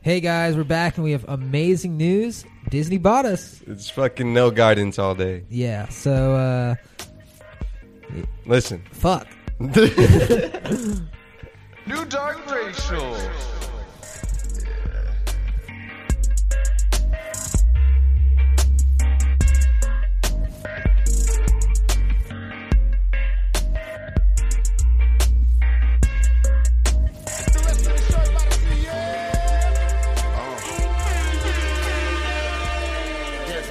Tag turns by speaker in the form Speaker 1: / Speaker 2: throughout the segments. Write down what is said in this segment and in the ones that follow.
Speaker 1: Hey guys, we're back and we have amazing news. Disney bought us.
Speaker 2: It's fucking no guidance all day.
Speaker 1: Yeah, so uh
Speaker 2: Listen.
Speaker 1: fuck.
Speaker 3: New Dark Racial. New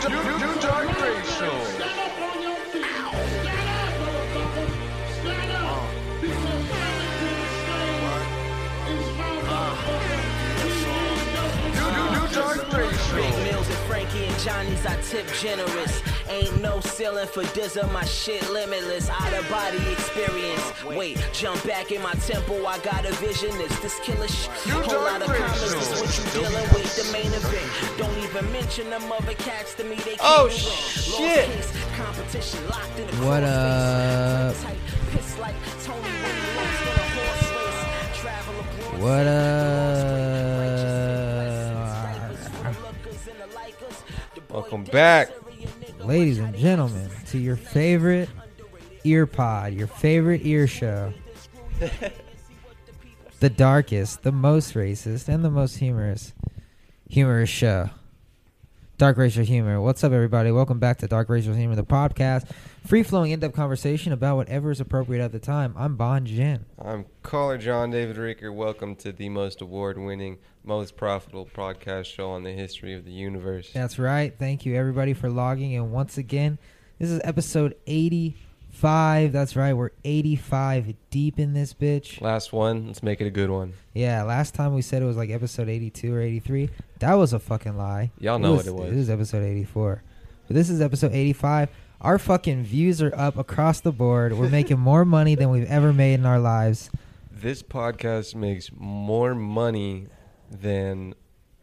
Speaker 3: Dark- New Dark Racial. New, new, new Dark Racial.
Speaker 4: Big meals at Frankie and Johnny's, I tip generous. Ain't no ceiling for Dizza, my shit limitless. Out of body experience. Wait, jump back in my temple, I got a vision. It's this killer shit.
Speaker 3: You
Speaker 4: Whole lot of
Speaker 3: dark
Speaker 4: comments,
Speaker 3: racial.
Speaker 4: is what you dealing with, the main event. Don't even mention them other cats to me, they can't
Speaker 2: Oh,
Speaker 4: win. Lost
Speaker 2: shit.
Speaker 4: case, competition locked in the
Speaker 1: What uh,
Speaker 4: crossface.
Speaker 1: up?
Speaker 4: Tight, piss like Tony when he lost in a horse race. Travel abroad,
Speaker 1: What
Speaker 4: uh,
Speaker 1: up
Speaker 2: Welcome back.
Speaker 1: ladies and gentlemen to your favorite ear pod, your favorite ear show. the darkest, the most racist, and the most humorous humorous show. Dark Racial Humor. What's up, everybody? Welcome back to Dark Racial Humor, the podcast. Free flowing, in depth conversation about whatever is appropriate at the time. I'm Bon Jin.
Speaker 2: I'm caller John David Reeker. Welcome to the most award winning, most profitable podcast show on the history of the universe.
Speaker 1: That's right. Thank you, everybody, for logging in once again. This is episode 85. That's right. We're 85 deep in this bitch.
Speaker 2: Last one. Let's make it a good one.
Speaker 1: Yeah, last time we said it was like episode 82 or 83. That was a fucking lie.
Speaker 2: Y'all know what it was.
Speaker 1: It was episode 84. But this is episode 85. Our fucking views are up across the board. We're making more money than we've ever made in our lives.
Speaker 2: This podcast makes more money than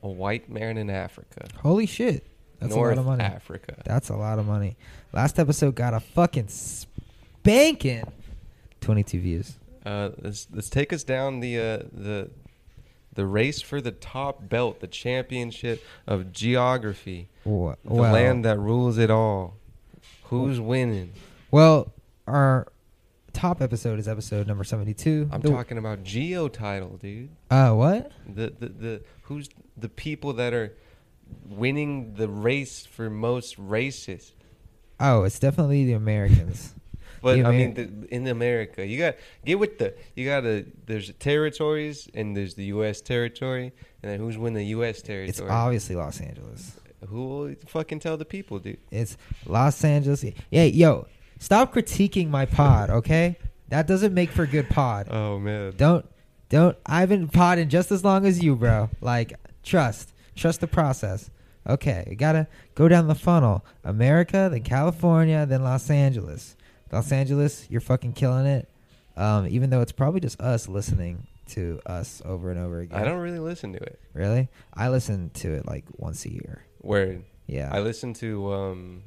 Speaker 2: a white man in Africa.
Speaker 1: Holy shit. That's
Speaker 2: North
Speaker 1: a lot of money.
Speaker 2: Africa.
Speaker 1: That's a lot of money. Last episode got a fucking spanking. 22 views.
Speaker 2: Uh, let's, let's take us down the uh, the the race for the top belt, the championship of geography,
Speaker 1: Wha-
Speaker 2: the
Speaker 1: Well,
Speaker 2: land that rules it all. Who's winning?
Speaker 1: well, our top episode is episode number 72.
Speaker 2: I'm
Speaker 1: The-
Speaker 2: talking about geo title, dude.
Speaker 1: Uh, what?
Speaker 2: The, the the who's the people that are winning the race for most races.
Speaker 1: Oh, it's definitely the Americans.
Speaker 2: But
Speaker 1: The Amer-
Speaker 2: I mean, the, in America, you got get with the you got to there's territories and there's the U.S. territory and then who's winning the U.S. territory?
Speaker 1: It's obviously Los Angeles.
Speaker 2: Who will fucking tell the people, dude?
Speaker 1: It's Los Angeles. Yeah, yo, stop critiquing my pod, okay? That doesn't make for good pod.
Speaker 2: Oh man,
Speaker 1: Don't, don't. I've been podding just as long as you, bro. Like, trust, trust the process. Okay, you gotta go down the funnel. America, then California, then Los Angeles. Los Angeles, you're fucking killing it. Um, even though it's probably just us listening to us over and over again.
Speaker 2: I don't really listen to it.
Speaker 1: really. I listen to it like once a year.
Speaker 2: Word.
Speaker 1: Yeah.
Speaker 2: I listened to um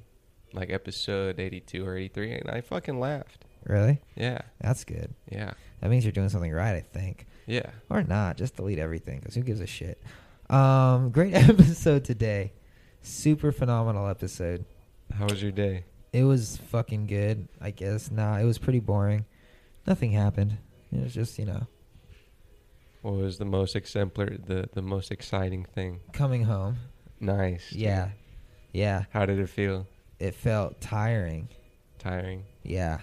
Speaker 2: like episode 82 or 83 and I fucking laughed.
Speaker 1: Really?
Speaker 2: Yeah.
Speaker 1: That's good.
Speaker 2: Yeah.
Speaker 1: That means you're doing something right, I think.
Speaker 2: Yeah.
Speaker 1: Or not. Just delete everything because who gives a shit? Um, great episode today. Super phenomenal episode.
Speaker 2: How was your day?
Speaker 1: It was fucking good, I guess. Nah, it was pretty boring. Nothing happened. It was just, you know,
Speaker 2: What was the most exemplar the the most exciting thing?
Speaker 1: coming home.
Speaker 2: Nice. dude.
Speaker 1: Yeah. Yeah.
Speaker 2: How did it feel?
Speaker 1: It felt tiring.
Speaker 2: Tiring.
Speaker 1: Yeah.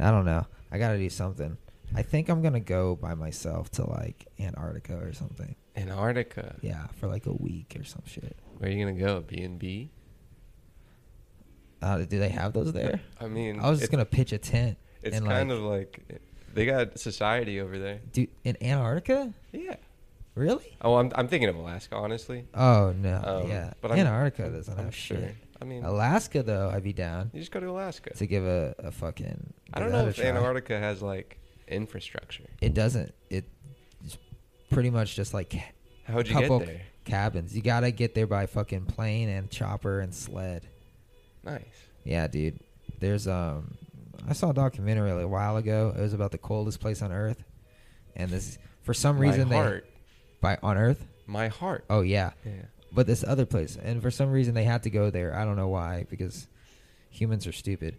Speaker 1: I don't know. I got to do something. I think I'm going to go by myself to like Antarctica or something.
Speaker 2: Antarctica.
Speaker 1: Yeah, for like a week or some shit.
Speaker 2: Where are you gonna go? B and B.
Speaker 1: Uh, do they have those there?
Speaker 2: I mean,
Speaker 1: I was just
Speaker 2: it-
Speaker 1: gonna pitch a tent.
Speaker 2: It's
Speaker 1: and,
Speaker 2: kind
Speaker 1: like,
Speaker 2: of like they got society over there.
Speaker 1: do in Antarctica.
Speaker 2: Yeah.
Speaker 1: Really?
Speaker 2: Oh, I'm I'm thinking of Alaska, honestly.
Speaker 1: Oh no,
Speaker 2: Um,
Speaker 1: yeah.
Speaker 2: but I'm-
Speaker 1: Antarctica
Speaker 2: I'm-
Speaker 1: doesn't
Speaker 2: I'm
Speaker 1: have
Speaker 2: sure.
Speaker 1: shit.
Speaker 2: I mean-
Speaker 1: Alaska though, I'd be down
Speaker 2: You just go to Alaska.
Speaker 1: to give a, a fucking.
Speaker 2: I
Speaker 1: give
Speaker 2: don't
Speaker 1: that
Speaker 2: know
Speaker 1: a
Speaker 2: if
Speaker 1: try.
Speaker 2: Antarctica has like infrastructure.
Speaker 1: It doesn't. It's pretty much just like ca-
Speaker 2: How'd you
Speaker 1: couple
Speaker 2: get there?
Speaker 1: cabins. You gotta get there by fucking plane and chopper and sled.
Speaker 2: Nice.
Speaker 1: Yeah, dude. There's um I saw a documentary a while ago. It was about the coldest place on earth. And this for some
Speaker 2: My
Speaker 1: reason they
Speaker 2: heart.
Speaker 1: by on Earth.
Speaker 2: My heart.
Speaker 1: Oh yeah,
Speaker 2: Yeah.
Speaker 1: but this other place, and for some reason they had to go there. I don't know why, because humans are stupid.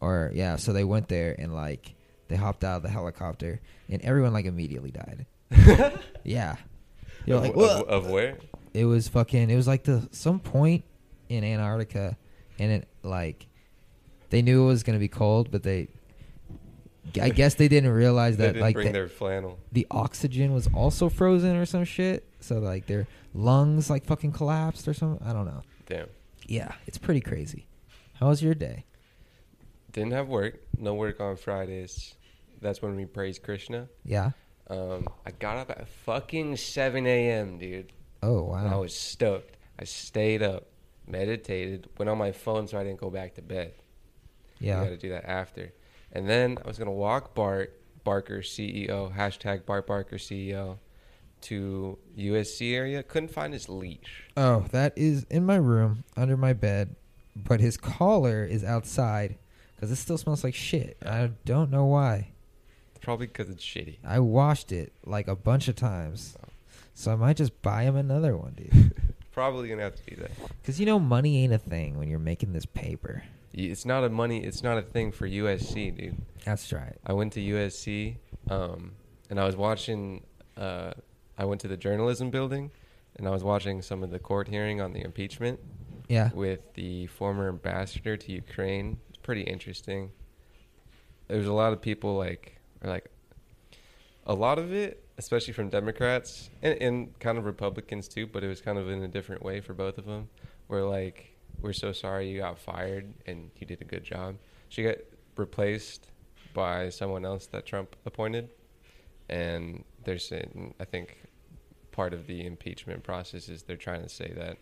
Speaker 1: Or yeah, so they went there and like they hopped out of the helicopter, and everyone like immediately died. yeah, you're
Speaker 2: of,
Speaker 1: like,
Speaker 2: of-
Speaker 1: "Whoa."
Speaker 2: of where?
Speaker 1: it was fucking it was like the some point in antarctica and it like they knew it was going to be cold but they i guess they didn't realize
Speaker 2: They
Speaker 1: that
Speaker 2: didn't
Speaker 1: like
Speaker 2: bring
Speaker 1: the,
Speaker 2: their flannel.
Speaker 1: the oxygen was also frozen or some shit so like their lungs like fucking collapsed or something i don't know
Speaker 2: Damn.
Speaker 1: yeah it's pretty crazy how was your day
Speaker 2: Didn't have work. No work on Fridays. That's when we praise Krishna.
Speaker 1: yeah
Speaker 2: Um, I got up at fucking 7 a.m., dude.
Speaker 1: oh
Speaker 2: And I
Speaker 1: wow
Speaker 2: was stoked. I stayed up, meditated, went on my phone so I didn't go back to bed. You got
Speaker 1: yeah
Speaker 2: to do that after. And then I was going to walk Bart Barker, CEO, hashtag Bart Barker, CEO, to USC area. Couldn't find his leash.
Speaker 1: oh that is in my room under my bed but his collar is outside because it still smells like shit i don't know why
Speaker 2: Probably because it's shitty.
Speaker 1: I washed it like a bunch of times. So I might just buy him another one, dude.
Speaker 2: Probably going to have to do that.
Speaker 1: Because you know, money ain't a thing when you're making this paper.
Speaker 2: Y- It's not a money, it's not a thing for USC, dude.
Speaker 1: That's right.
Speaker 2: I went to USC, um, and I was watching. Uh, I went to the journalism building, and I was watching some of the court hearing on the impeachment
Speaker 1: Yeah.
Speaker 2: with the former ambassador to Ukraine. It's pretty interesting. There's a lot of people like, are like, a lot of it, especially from Democrats and, and kind of Republicans too, but it was kind of in a different way for both of them. Where like, we're so sorry you got fired and you did a good job. She got replaced by someone else that Trump appointed, and they're saying, I think part of the impeachment process is they're trying to say that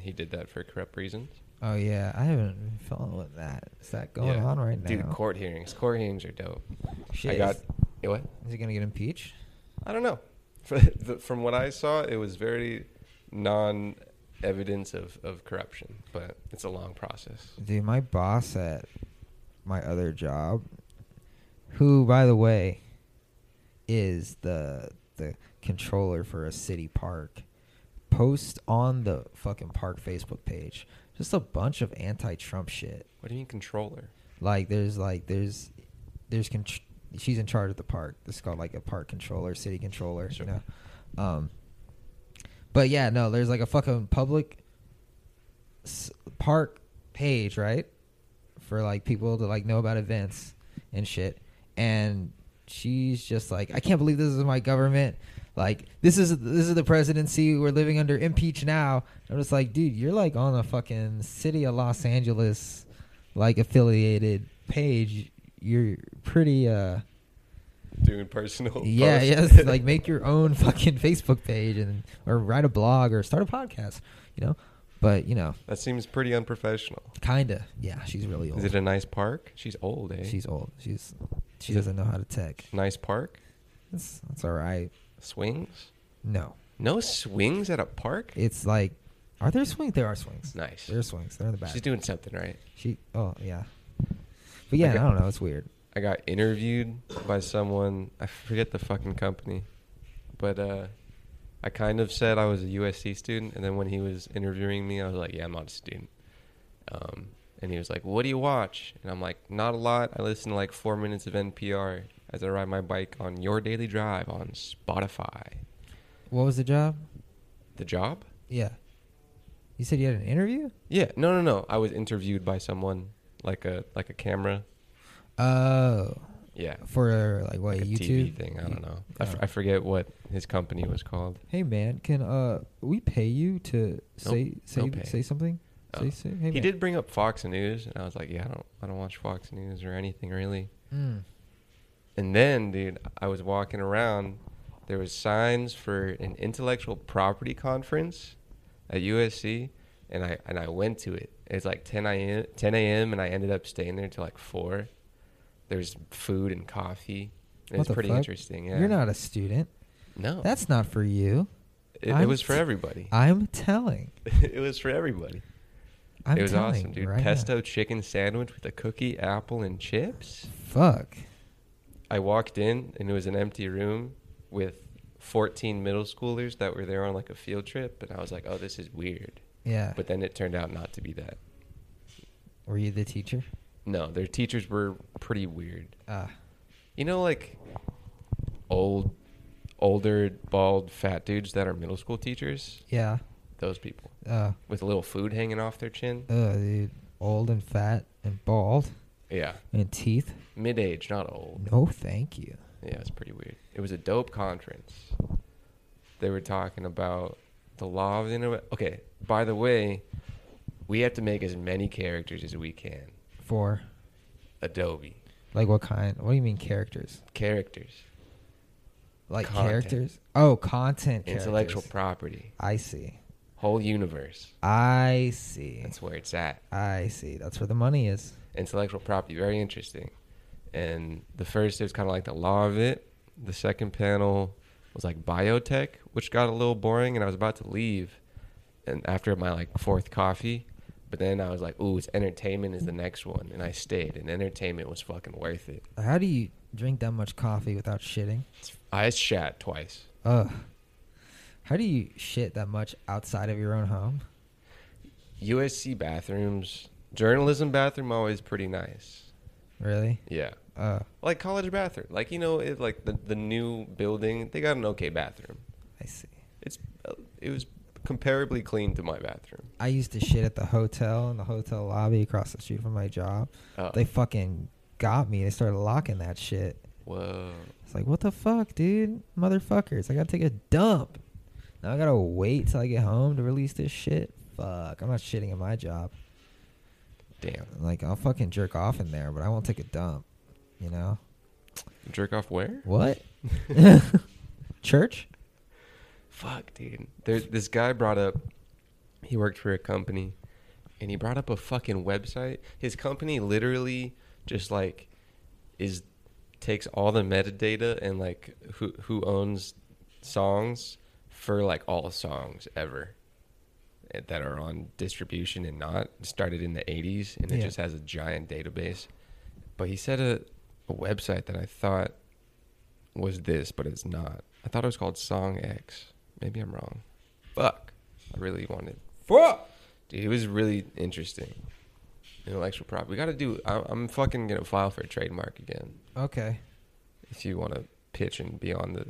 Speaker 2: he did that for corrupt reasons.
Speaker 1: Oh, yeah. I haven't been following that. Is that going
Speaker 2: Yeah.
Speaker 1: on right now?
Speaker 2: Dude, court hearings. Court hearings are dope.
Speaker 1: Shit,
Speaker 2: I got
Speaker 1: is-
Speaker 2: Yeah, what?
Speaker 1: Is he going to get impeached?
Speaker 2: I don't know. For the, from what I saw, it was very non evidence of, of corruption, but it's a long process.
Speaker 1: Dude, my boss at my other job, who, by the way, is the the controller for a city park, posts on the fucking park Facebook page just a bunch of anti-Trump shit.
Speaker 2: What do you mean controller?
Speaker 1: Like, there's like there's there's con- she's in charge of the park. This is called like a park controller, city controller.
Speaker 2: Sure.
Speaker 1: You know, um, but yeah, no, there's like a fucking public s- park page, right? For like people to like know about events and shit. And she's just like, I can't believe this is my government. Like this is this is the presidency we're living under. Impeach now. I'm just like, dude, you're like on a fucking city of Los Angeles, like affiliated page. You're pretty uh
Speaker 2: Doing personal.
Speaker 1: yeah,
Speaker 2: posts.
Speaker 1: yes. Like make your own fucking Facebook page and or write a blog or start a podcast, you know. But you know,
Speaker 2: that seems pretty unprofessional.
Speaker 1: kinda. Yeah, she's really old.
Speaker 2: Is it a nice park? She's old, eh?
Speaker 1: she's old. She's she
Speaker 2: Is it-
Speaker 1: doesn't know how to tech.
Speaker 2: nice park.
Speaker 1: It's it's all right.
Speaker 2: Swings.
Speaker 1: No,
Speaker 2: No swings at a park.
Speaker 1: it's like, are there swings? There are swings.
Speaker 2: Nice.
Speaker 1: There are swings. They're in the back.
Speaker 2: She's doing something right.
Speaker 1: she. Oh yeah. But yeah,
Speaker 2: Like a-
Speaker 1: I don't know. It's weird.
Speaker 2: I got interviewed by someone. I forget the fucking company, but uh, I kind of said I was a USC student, and then when he was interviewing me, I was like, "Yeah, I'm not a student." Um, and he was like, "What do you watch?" And I'm like, "Not a lot. I listen to like four minutes of NPR as I ride my bike on Your Daily Drive on Spotify."
Speaker 1: What was the job?
Speaker 2: The job?
Speaker 1: Yeah. You said you had an interview.
Speaker 2: Yeah. No, no, no. I was interviewed by someone like a like a camera.
Speaker 1: Oh,
Speaker 2: Yeah.
Speaker 1: for like what
Speaker 2: Like a
Speaker 1: YouTube
Speaker 2: TV thing. I don't know. I, f-
Speaker 1: Oh.
Speaker 2: I forget what his company was called.
Speaker 1: Hey man, can uh we pay you to say say
Speaker 2: no pay.
Speaker 1: say something?
Speaker 2: Oh.
Speaker 1: Say, say, hey,
Speaker 2: he
Speaker 1: man.
Speaker 2: did bring up Fox News, and I was like, yeah, I don't, I don't watch Fox News or anything really.
Speaker 1: Mm.
Speaker 2: And then, dude, I was walking around. There was signs for an intellectual property conference at USC, and I and I went to it. It's like 10 a.m. 10 a.m. and I ended up staying there till like four. There's food and coffee. It
Speaker 1: What
Speaker 2: was
Speaker 1: the
Speaker 2: pretty
Speaker 1: fuck?
Speaker 2: interesting. Yeah, Oh.
Speaker 1: You're not a student.
Speaker 2: No,
Speaker 1: That's not for you.
Speaker 2: it, it
Speaker 1: I'm
Speaker 2: was for
Speaker 1: t-
Speaker 2: everybody.
Speaker 1: I'm telling.
Speaker 2: it was for everybody.
Speaker 1: I'm
Speaker 2: it was
Speaker 1: telling
Speaker 2: awesome, dude.
Speaker 1: right now.
Speaker 2: Pesto chicken sandwich with a cookie, apple, and chips.
Speaker 1: Fuck.
Speaker 2: I walked in and it was an empty room with 14 middle schoolers that were there on like a field trip, and I was like, oh, this is weird.
Speaker 1: Yeah.
Speaker 2: But then it turned out not to be that.
Speaker 1: Were you the teacher?
Speaker 2: No, their teachers were pretty weird.
Speaker 1: Ah.
Speaker 2: You know, like old, older, bald, fat dudes that are middle school teachers.
Speaker 1: yeah.
Speaker 2: Those people
Speaker 1: Uh,
Speaker 2: with a little food hanging off their chin.
Speaker 1: ugh, dude. Old and fat and bald
Speaker 2: Yeah,
Speaker 1: and teeth.
Speaker 2: mid age, not old.
Speaker 1: No, thank you.
Speaker 2: Yeah, it's pretty weird. It was a dope conference. They were talking about the law of the internet. Okay, by the way, we have to make as many characters as we can.
Speaker 1: For
Speaker 2: Adobe
Speaker 1: like what kind? What do you mean characters?
Speaker 2: characters,
Speaker 1: Like
Speaker 2: Content.
Speaker 1: characters? Oh, content.
Speaker 2: intellectual
Speaker 1: characters.
Speaker 2: property,
Speaker 1: I see.
Speaker 2: whole universe.
Speaker 1: I see.
Speaker 2: That's where it's at.
Speaker 1: I see. That's where the money is.
Speaker 2: intellectual property. Very interesting. And the first is kind of like the law of it. The second panel was like biotech, which got a little boring, and I was about to leave. And after my like fourth coffee, but then I was like, "Ooh, it's entertainment is the next one," and I stayed. And entertainment was fucking worth it.
Speaker 1: How do you drink that much coffee without shitting?
Speaker 2: I shat twice.
Speaker 1: Ugh. How do you shit that much outside of your own home?
Speaker 2: USC bathrooms, journalism bathroom, always pretty nice.
Speaker 1: Really?
Speaker 2: Yeah,
Speaker 1: Uh,
Speaker 2: like college bathroom, like you know, it, like the the new building, they got an okay bathroom.
Speaker 1: I see.
Speaker 2: It's uh, it was comparably clean to my bathroom.
Speaker 1: I used to shit at the hotel in the hotel lobby across the street from my job.
Speaker 2: Oh.
Speaker 1: They fucking got me. They started locking that shit.
Speaker 2: Whoa.
Speaker 1: It's like, what the fuck, dude? Motherfuckers, I gotta take a dump. Now I gotta wait till I get home to release this shit. Fuck, I'm not shitting at my job.
Speaker 2: Damn.
Speaker 1: Like, I'll fucking jerk off in there, but I won't take a dump. You know?
Speaker 2: Jerk off where?
Speaker 1: What? Church?
Speaker 2: Fuck, dude. There's this guy brought up he worked for a company and he brought up a fucking website. His company literally just like is takes all the metadata and like who who owns songs for like all songs ever that are on distribution and not It started in the 80s and it
Speaker 1: Yeah.
Speaker 2: just has a giant database but he said a, a website that i thought was this but it's not i thought it was called song x maybe i'm wrong fuck i really wanted fuck dude it was really interesting intellectual property we gotta do I, i'm fucking gonna file for a trademark again
Speaker 1: Okay.
Speaker 2: if you want to pitch and be on the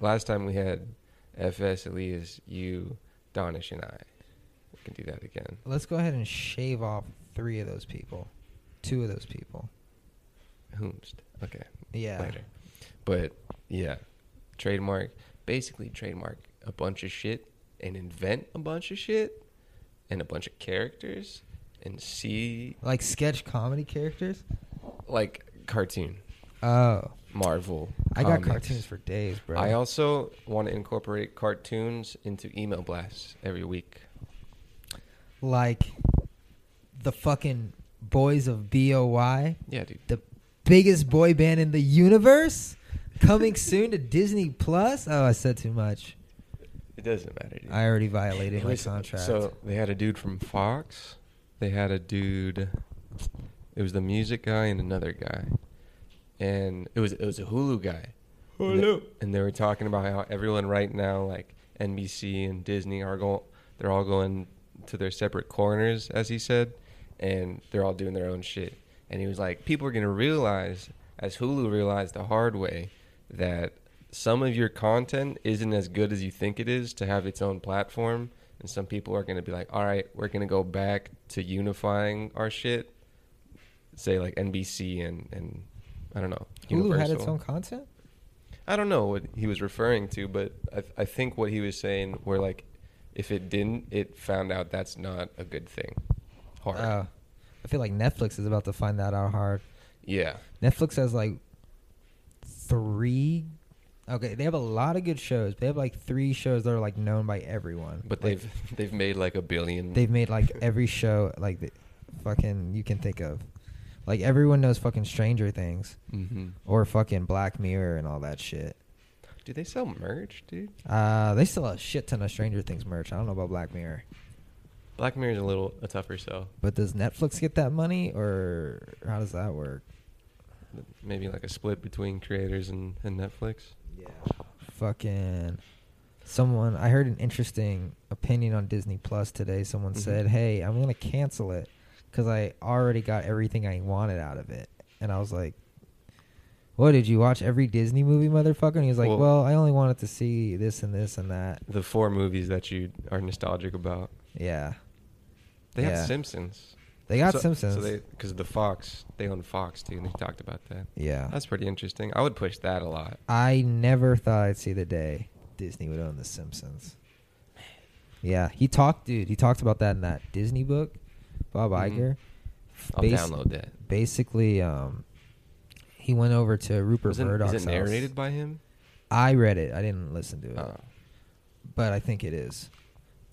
Speaker 2: last time we had FS Elias, you, Donish, and I. We can do that again.
Speaker 1: Let's go ahead and shave off three of those people. Two of those people.
Speaker 2: Whomst. Okay.
Speaker 1: Yeah.
Speaker 2: Later. But yeah, trademark. Basically, trademark a bunch of shit and invent a bunch of shit and a bunch of characters and see
Speaker 1: Like sketch comedy characters?
Speaker 2: like cartoon,
Speaker 1: Oh.
Speaker 2: Marvel.
Speaker 1: I got
Speaker 2: comics.
Speaker 1: cartoons for days, bro.
Speaker 2: I also want to incorporate cartoons into email blasts every week.
Speaker 1: like the fucking boys of BOY,
Speaker 2: Yeah, dude.
Speaker 1: the biggest boy band in the universe, coming soon to Disney Plus. Oh, I said too much.
Speaker 2: It doesn't matter. Dude.
Speaker 1: I already violated
Speaker 2: It
Speaker 1: my
Speaker 2: was-
Speaker 1: contract.
Speaker 2: So they had a dude from Fox. They had a dude. It was the music guy and another guy, and it was it was a Hulu guy.
Speaker 1: Oh,
Speaker 2: And they- And they were talking about how everyone right now, like NBC and Disney, are going. They're all going to their separate corners, as he said, and they're all doing their own shit. And he was like, people are gonna realize, as Hulu realized the hard way, that some of your content isn't as good as you think it is to have its own platform. And some people are gonna be like, all right, we're gonna go back to unifying our shit. Say like NBC and and I don't know.
Speaker 1: Hulu had its own content.
Speaker 2: I don't know what he was referring to, but I, I think what he was saying were like, if it didn't, it found out that's not a good thing. Hard.
Speaker 1: Oh, I feel like Netflix is about to find that out hard.
Speaker 2: yeah.
Speaker 1: Netflix has like three. Okay, they have a lot of good shows. They have like three shows that are like known by everyone.
Speaker 2: But
Speaker 1: Like,
Speaker 2: they've they've made like a billion.
Speaker 1: they've made like every show like the fucking you can think of. Like everyone knows fucking Stranger Things
Speaker 2: hmm
Speaker 1: or fucking Black Mirror and all that shit.
Speaker 2: Do they sell merch, dude?
Speaker 1: Uh, they sell a shit ton of Stranger Things merch. I don't know about Black Mirror,
Speaker 2: Black Mirror's a little a tougher sell.
Speaker 1: but does Netflix get that money or how does that work?
Speaker 2: Maybe like a split between creators and, and Netflix.
Speaker 1: Yeah. fucking someone I heard an interesting opinion on Disney Plus today. Someone
Speaker 2: Mhm.
Speaker 1: said, "Hey, I'm going to cancel it cuz I already got everything I wanted out of it." And I was like, "What did you watch every Disney movie, motherfucker?" And he was like,
Speaker 2: Well-
Speaker 1: "Well, I only wanted to see this and this and that."
Speaker 2: The four movies that you are nostalgic about.
Speaker 1: Yeah.
Speaker 2: They
Speaker 1: Yeah.
Speaker 2: had Simpsons.
Speaker 1: They got
Speaker 2: So-
Speaker 1: Simpsons.
Speaker 2: So they because the Fox they own Fox too, and they talked about that.
Speaker 1: yeah.
Speaker 2: That's pretty interesting. I would push that a lot.
Speaker 1: I never thought I'd see the day Disney would own The Simpsons. Yeah, he talked, dude. He talked about that in that Disney book, Bob
Speaker 2: Mhm.
Speaker 1: Iger.
Speaker 2: I'll
Speaker 1: Bas-
Speaker 2: download that.
Speaker 1: Basically, um, he went over to Rupert
Speaker 2: Was it,
Speaker 1: Murdoch's
Speaker 2: is
Speaker 1: house.
Speaker 2: it
Speaker 1: Uh,
Speaker 2: narrated by him?
Speaker 1: I read it. I didn't listen to it,
Speaker 2: Oh.
Speaker 1: but I think it is.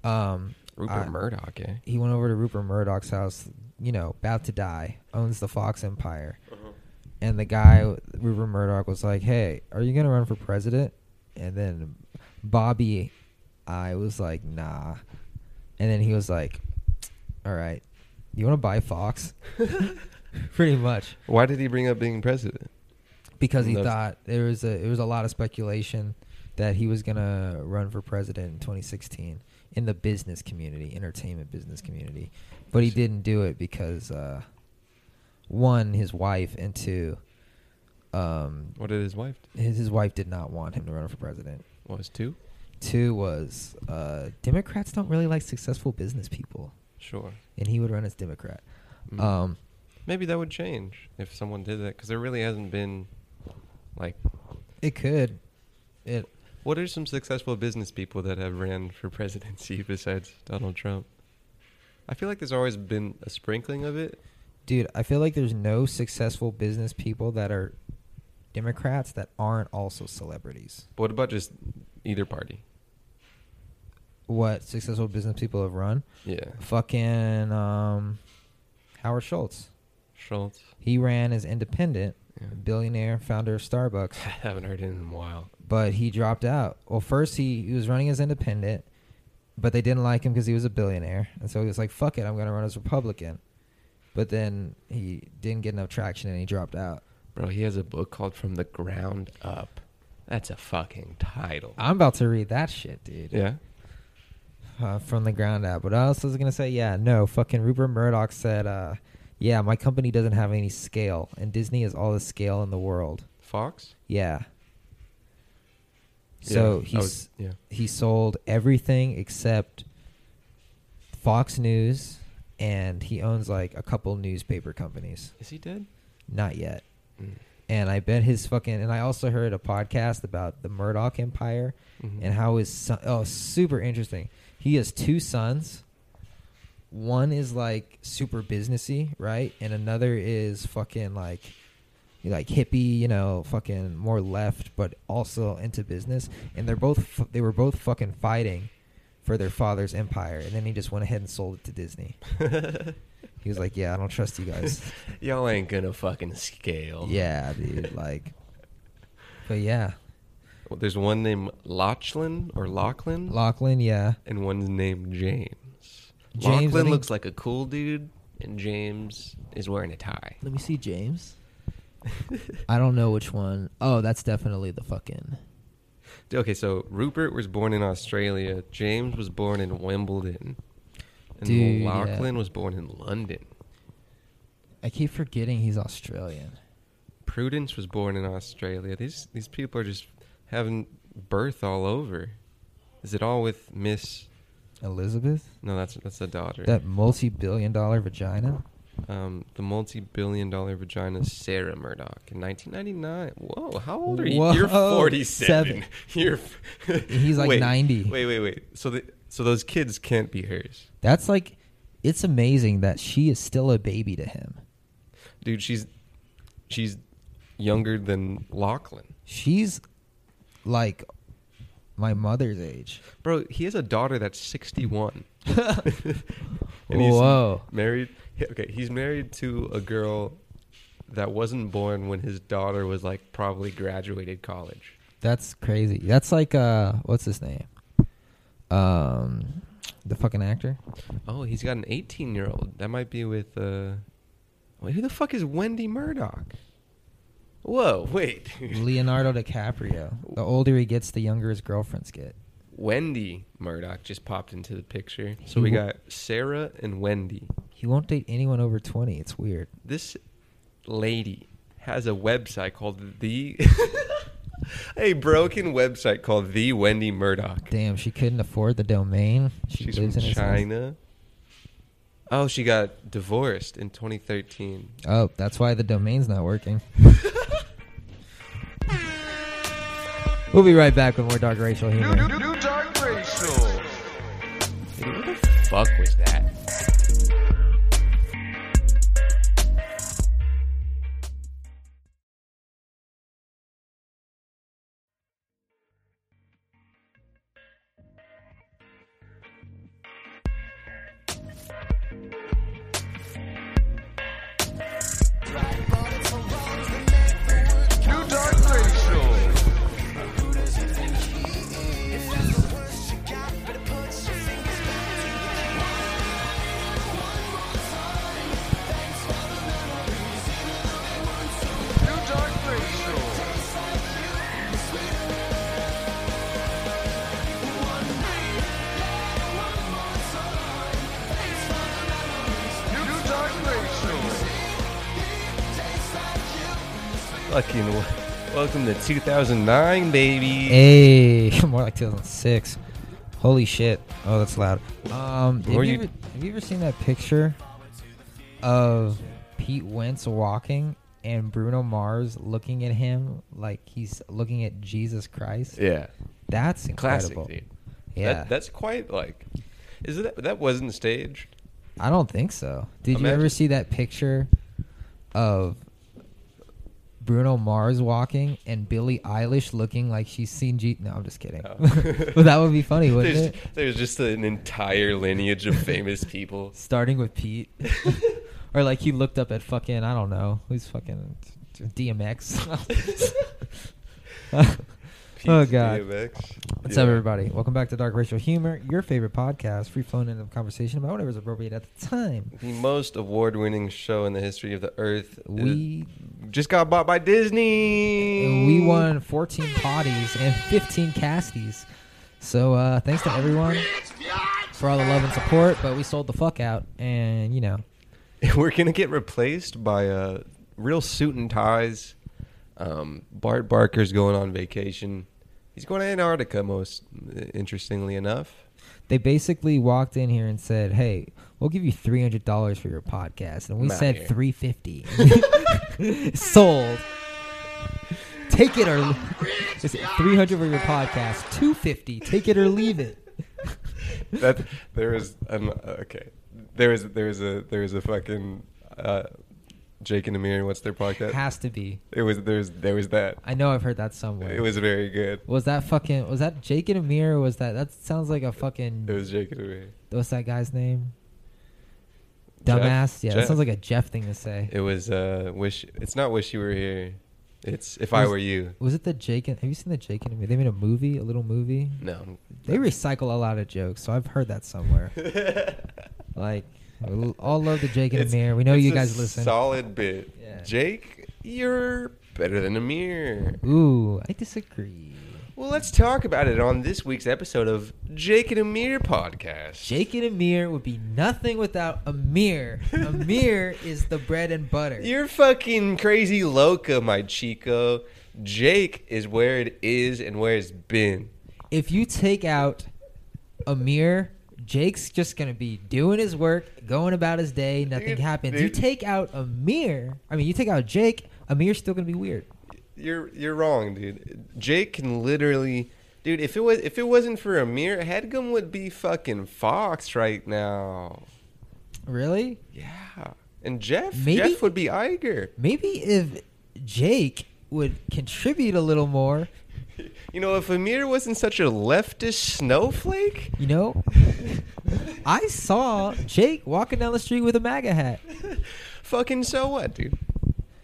Speaker 1: Um,
Speaker 2: Rupert
Speaker 1: I-
Speaker 2: Murdoch, eh?
Speaker 1: he went over to Rupert Murdoch's house, you know, about to die, owns the Fox Empire. And the guy, Rupert Murdoch, was like, hey, are you going to run for president? And then Bobby, I was like, nah. And then he was like, all right, you want to buy Fox? Pretty much.
Speaker 2: Why did he bring up being president?
Speaker 1: Because he
Speaker 2: That's-
Speaker 1: thought there was a, it was a lot of speculation that he was going to run for president in 2016 in the business community, entertainment business community. But he didn't do it because, uh, one, his wife, and two, um,
Speaker 2: What did his wife do?
Speaker 1: his, his wife did not want him to run for president.
Speaker 2: What was two?
Speaker 1: Two was uh, Democrats don't really like successful business people,
Speaker 2: Sure.
Speaker 1: and he would run as Democrat.
Speaker 2: Mm.
Speaker 1: Um,
Speaker 2: Maybe that would change if someone did that because there really hasn't been like
Speaker 1: it could. It
Speaker 2: what are some successful business people that have ran for presidency besides Donald Trump? I feel like there's always been a sprinkling of it.
Speaker 1: Dude, I feel like there's no successful business people that are Democrats that aren't also celebrities.
Speaker 2: But what about just either party?
Speaker 1: What successful business people have run?
Speaker 2: Yeah.
Speaker 1: Fucking um, Howard Schultz.
Speaker 2: Schultz.
Speaker 1: He ran as independent,
Speaker 2: Yeah.
Speaker 1: billionaire, founder of Starbucks,
Speaker 2: I haven't heard him in a while.
Speaker 1: but he dropped out. Well, first he, he was running as independent, but they didn't like him because he was a billionaire, and so he was like, "Fuck it, I'm gonna run as Republican." But then he didn't get enough traction, and he dropped out.
Speaker 2: Bro, he has a book called From the Ground Up. That's a fucking title.
Speaker 1: I'm about to read that shit, dude.
Speaker 2: yeah.
Speaker 1: uh, from the ground up. But I also was gonna say, yeah, no, fucking Rupert Murdoch said, uh, yeah, my company doesn't have any scale, and Disney is all the scale in the world.
Speaker 2: Fox?
Speaker 1: Yeah. So
Speaker 2: yeah. I
Speaker 1: he's
Speaker 2: was- yeah.
Speaker 1: he sold everything except Fox News, and he owns like a couple newspaper companies.
Speaker 2: Is he dead?
Speaker 1: Not yet.
Speaker 2: Mm.
Speaker 1: And I bet his fucking. And I also heard a podcast about the Murdoch Empire
Speaker 2: Mhm.
Speaker 1: and how his son. Oh, super interesting. He has two sons. One is like super businessy, right? And another is fucking like, like hippie, you know, fucking more left, but also into business. And they're both fu- they were both fucking fighting for their father's empire. And then he just went ahead and sold it to Disney. He was like, "Yeah, I don't trust you guys."
Speaker 2: Mm. Y'all ain't gonna fucking scale.
Speaker 1: Yeah, dude. Like, but yeah,
Speaker 2: Well, there's one named Lachlan or Lachlan,
Speaker 1: Lachlan. Yeah,
Speaker 2: and one's named James.
Speaker 1: James, I
Speaker 2: Lachlan
Speaker 1: think-
Speaker 2: looks like a cool dude, and James is wearing a tie.
Speaker 1: Let me see James. I don't know which one. Oh, that's definitely the fucking.
Speaker 2: Okay, so Rupert was born in Australia. James was born in Wimbledon. And
Speaker 1: Dude, yeah.
Speaker 2: Lachlan was born in London.
Speaker 1: I keep forgetting he's Australian.
Speaker 2: Prudence was born in Australia. These these people are just having birth all over. Is it all with Miss?
Speaker 1: Elizabeth,
Speaker 2: No, that's that's a daughter.
Speaker 1: that multi-billion-dollar vagina.
Speaker 2: um, the multi-billion-dollar vagina Sarah Murdoch in 1999. Whoa, how old are you?
Speaker 1: Whoa,
Speaker 2: You're 47.
Speaker 1: seven.
Speaker 2: You're f-
Speaker 1: He's like
Speaker 2: Wait,
Speaker 1: 90.
Speaker 2: Wait, wait, wait. So the, so those kids can't be hers,
Speaker 1: That's like, it's amazing that she is still a baby to him.
Speaker 2: dude. She's she's younger than Lachlan,
Speaker 1: She's like my mother's age.
Speaker 2: bro. He has a daughter that's 61. And he's
Speaker 1: Whoa.
Speaker 2: married. Okay, he's married to a girl that wasn't born when his daughter was like probably graduated college.
Speaker 1: That's crazy. That's like uh what's his name? Um the fucking actor?
Speaker 2: Oh, he's got an 18 year old. That might be with. Uh, wait, who the fuck is Wendy Murdoch? Whoa, wait. dude.
Speaker 1: Leonardo DiCaprio. The older he gets, the younger his girlfriends get.
Speaker 2: Wendy Murdoch just popped into the picture. So
Speaker 1: He
Speaker 2: we
Speaker 1: wa-
Speaker 2: got Sarah and Wendy.
Speaker 1: He won't date anyone over 20. It's weird.
Speaker 2: This lady has a website called the a broken website called the Wendy Murdoch.
Speaker 1: Damn, she couldn't afford the domain. She
Speaker 2: She's from
Speaker 1: lives in a-
Speaker 2: China. Oh, she got divorced in 2013.
Speaker 1: Oh, that's why the domain's not working. we'll be right back with more dark racial
Speaker 3: New,
Speaker 1: humor.
Speaker 3: new, new dark racial.
Speaker 2: What the fuck was that?
Speaker 3: New dark racial. New dark racial. New new dark racial.
Speaker 2: Fucking w- welcome to 2009, baby.
Speaker 1: Hey, more like 2006. Holy shit. Oh, that's loud. Um, have,
Speaker 2: Were
Speaker 1: you
Speaker 2: you-
Speaker 1: ever, have you ever seen that picture of Pete Wentz walking and Bruno Mars looking at him like he's looking at Jesus Christ?
Speaker 2: yeah,
Speaker 1: That's
Speaker 2: classic,
Speaker 1: incredible.
Speaker 2: dude.
Speaker 1: Yeah.
Speaker 2: that, that's quite like. Is that that wasn't staged?
Speaker 1: I don't think so. Did you ever
Speaker 2: Imagine.
Speaker 1: see that picture of Bruno Mars walking and Billie Eilish looking like she's seen G? No, I'm just kidding.
Speaker 2: Oh.
Speaker 1: but that would be funny, wouldn't
Speaker 2: there's,
Speaker 1: it?
Speaker 2: There's just an entire lineage of famous people.
Speaker 1: Starting with Pete, or like he looked up at fucking I don't know who's fucking DMX. oh
Speaker 2: Pete's
Speaker 1: god.
Speaker 2: DMX.
Speaker 1: What's
Speaker 2: Yeah.
Speaker 1: up, everybody? Welcome back to Dark Racial Humor, your favorite podcast, free phone in of conversation about whatever's appropriate at the time.
Speaker 2: The most award-winning show in the history of the earth. is-
Speaker 1: We
Speaker 2: just got bought by Disney.
Speaker 1: and we won 14 potties and 15 casties. So uh, thanks to everyone for all the love and support. But we sold the fuck out, and you know,
Speaker 2: We're gonna get replaced by uh, real suit and ties. Um, Bart Barker's going on vacation. He's going to Antarctica, most uh, interestingly enough.
Speaker 1: they basically walked in here and said, "Hey, we'll give you three hundred dollars for your podcast," and we
Speaker 2: I'm outta
Speaker 1: said
Speaker 2: here.
Speaker 1: three fifty. sold. Take it or is it three hundred for your podcast? Two fifty. Take it or leave it.
Speaker 2: That there is um, okay. There is there is a there is a fucking uh, Jake and Amir. What's their podcast?
Speaker 1: Has to be.
Speaker 2: it was there's there was that.
Speaker 1: I know I've heard that somewhere.
Speaker 2: It was very good.
Speaker 1: Was that fucking? Was that Jake and Amir? Or was that? That sounds like a
Speaker 2: It
Speaker 1: fucking.
Speaker 2: was Jake and Amir.
Speaker 1: What's that guy's name?
Speaker 2: Jeff?
Speaker 1: Dumbass. yeah, that
Speaker 2: Jeff?
Speaker 1: sounds like a Jeff thing to say.
Speaker 2: It was uh wish. It's not wish you were here. It's if I
Speaker 1: Was-
Speaker 2: were you.
Speaker 1: was it the Jake and? Have you seen the Jake and Amir? They made a movie, a little movie.
Speaker 2: No.
Speaker 1: They recycle a lot of jokes, so I've heard that somewhere. like, we all love the Jake and
Speaker 2: It's-
Speaker 1: Amir. We know
Speaker 2: it's
Speaker 1: you
Speaker 2: a
Speaker 1: guys listen.
Speaker 2: Solid bit.
Speaker 1: Yeah.
Speaker 2: Jake, you're better than Amir.
Speaker 1: Ooh, I disagree.
Speaker 2: Well, let's talk about it on this week's episode of Jake and Amir podcast.
Speaker 1: Jake and Amir would be nothing without Amir. Amir is the bread and butter.
Speaker 2: You're fucking crazy loca, my chico. Jake is where it is and where it's been.
Speaker 1: if you take out Amir, Jake's just gonna be doing his work, going about his day, nothing
Speaker 2: Dude,
Speaker 1: happens. You
Speaker 2: dude.
Speaker 1: take out Amir, I mean, you take out Jake, Amir's still gonna be weird.
Speaker 2: You're you're wrong, dude. Jake can literally Dude, if it was if it wasn't for Amir, Headgum would be fucking Fox right now.
Speaker 1: Really?
Speaker 2: Yeah. And Jeff,
Speaker 1: Maybe-
Speaker 2: Jeff would be Iger.
Speaker 1: Maybe if Jake would contribute a little more,
Speaker 2: You know, if Amir wasn't such a leftist snowflake,
Speaker 1: you know. I saw Jake walking down the street with a MAGA hat.
Speaker 2: fucking so what, dude?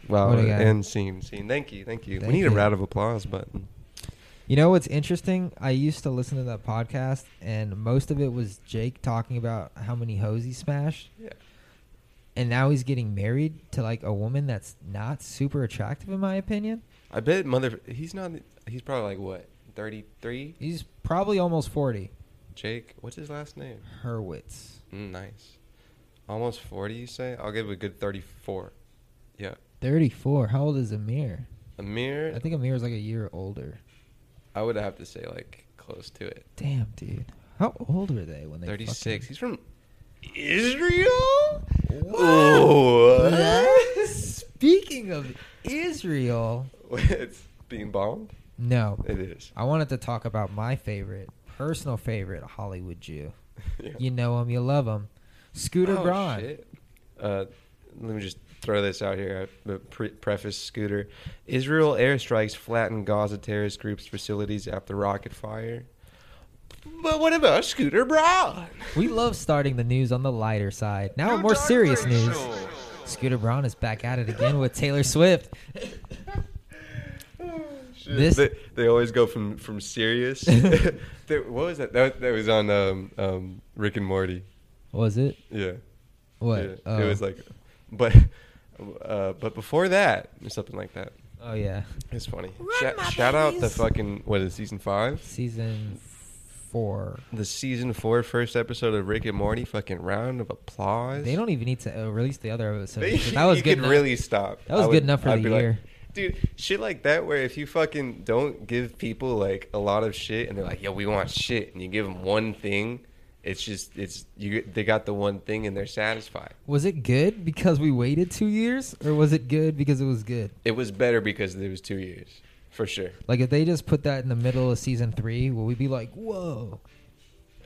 Speaker 2: Wow,
Speaker 1: What a guy.
Speaker 2: and scene, scene. Thank you, thank you.
Speaker 1: Thank
Speaker 2: we need
Speaker 1: you.
Speaker 2: a round of applause button.
Speaker 1: You know what's interesting? I used to listen to that podcast, and most of it was Jake talking about how many hoes he smashed.
Speaker 2: Yeah.
Speaker 1: and now he's getting married to like a woman that's not super attractive in my opinion.
Speaker 2: I bet mother. He's not. He's probably like what thirty three.
Speaker 1: He's probably almost forty.
Speaker 2: Jake. What's his last name?
Speaker 1: Hurwitz,
Speaker 2: Mm, nice. Almost forty. You say? I'll give it a good thirty four. Yeah.
Speaker 1: thirty-four. How old is Amir?
Speaker 2: Amir.
Speaker 1: I think Amir is like a year older.
Speaker 2: I would have to say like close to it.
Speaker 1: Damn, dude. How old were they when they?
Speaker 2: Thirty
Speaker 1: fucking-
Speaker 2: six. He's from Israel.
Speaker 1: What?
Speaker 2: Ooh.
Speaker 1: Speaking of Israel,
Speaker 2: it's being bombed.
Speaker 1: no,
Speaker 2: It is.
Speaker 1: I wanted to talk about my favorite, personal favorite Hollywood Jew.
Speaker 2: Yeah.
Speaker 1: You know him, you love him, Scooter
Speaker 2: Oh,
Speaker 1: Braun.
Speaker 2: shit. Uh, let me just throw this out here. I pre- preface Scooter. Israel airstrikes flatten Gaza terrorist groups' facilities after rocket fire. But what about Scooter Braun?
Speaker 1: We love starting the news on the lighter side. Now,
Speaker 3: New
Speaker 1: Oh, more
Speaker 3: Dark
Speaker 1: serious
Speaker 3: Racial.
Speaker 1: news. Scooter Braun is back at it again with Taylor Swift. This-
Speaker 2: they, they always go from from serious. They- what was that? That, that was on um, um, Rick and Morty.
Speaker 1: Was it?
Speaker 2: Yeah.
Speaker 1: What?
Speaker 2: yeah.
Speaker 1: Oh.
Speaker 2: It was like, but uh, but before that, or something like that.
Speaker 1: Oh, yeah.
Speaker 2: It's funny. Shout, shout out the fucking what is it, season five?
Speaker 1: Season four.
Speaker 2: the season four first episode of Rick and Morty fucking round of applause.
Speaker 1: They don't even need to uh, release the other episode.
Speaker 2: They-
Speaker 1: That was
Speaker 2: you
Speaker 1: good.
Speaker 2: could
Speaker 1: enough.
Speaker 2: really stop.
Speaker 1: That was
Speaker 2: I
Speaker 1: good enough for
Speaker 2: I'd
Speaker 1: the
Speaker 2: be like,
Speaker 1: year.
Speaker 2: dude, shit like that, where if you fucking don't give people like a lot of shit, and they're like, "Yo, we want shit," and you give them one thing, it's just it's you. They got the one thing, and they're satisfied.
Speaker 1: Was it good because we waited two years, or was it good because it was good?
Speaker 2: It was better because it was two years for sure.
Speaker 1: Like if they just put that in the middle of season three, will we be like, whoa?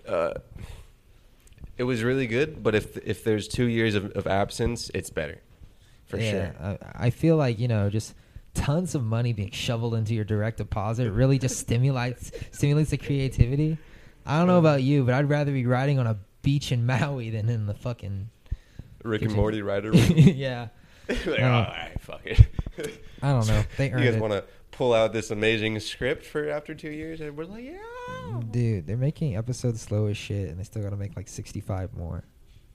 Speaker 2: Uh, it was really good, but if if there's two years of, of absence, it's better for sure.
Speaker 1: I, I feel like you know just tons of money being shoveled into your direct deposit really just stimulates stimulates the creativity. I don't know about you, but I'd rather be riding on a beach in Maui than in the fucking
Speaker 2: Rick
Speaker 1: Continue.
Speaker 2: and Morty writer.
Speaker 1: yeah.
Speaker 2: like,
Speaker 1: I don't-
Speaker 2: all right, fuck it.
Speaker 1: I don't know. They earned
Speaker 2: you guys
Speaker 1: it.
Speaker 2: want to pull out this amazing script for after two years, and we're like, yeah,
Speaker 1: Dude, they're making episodes slow as shit, and they still got to make like sixty five more.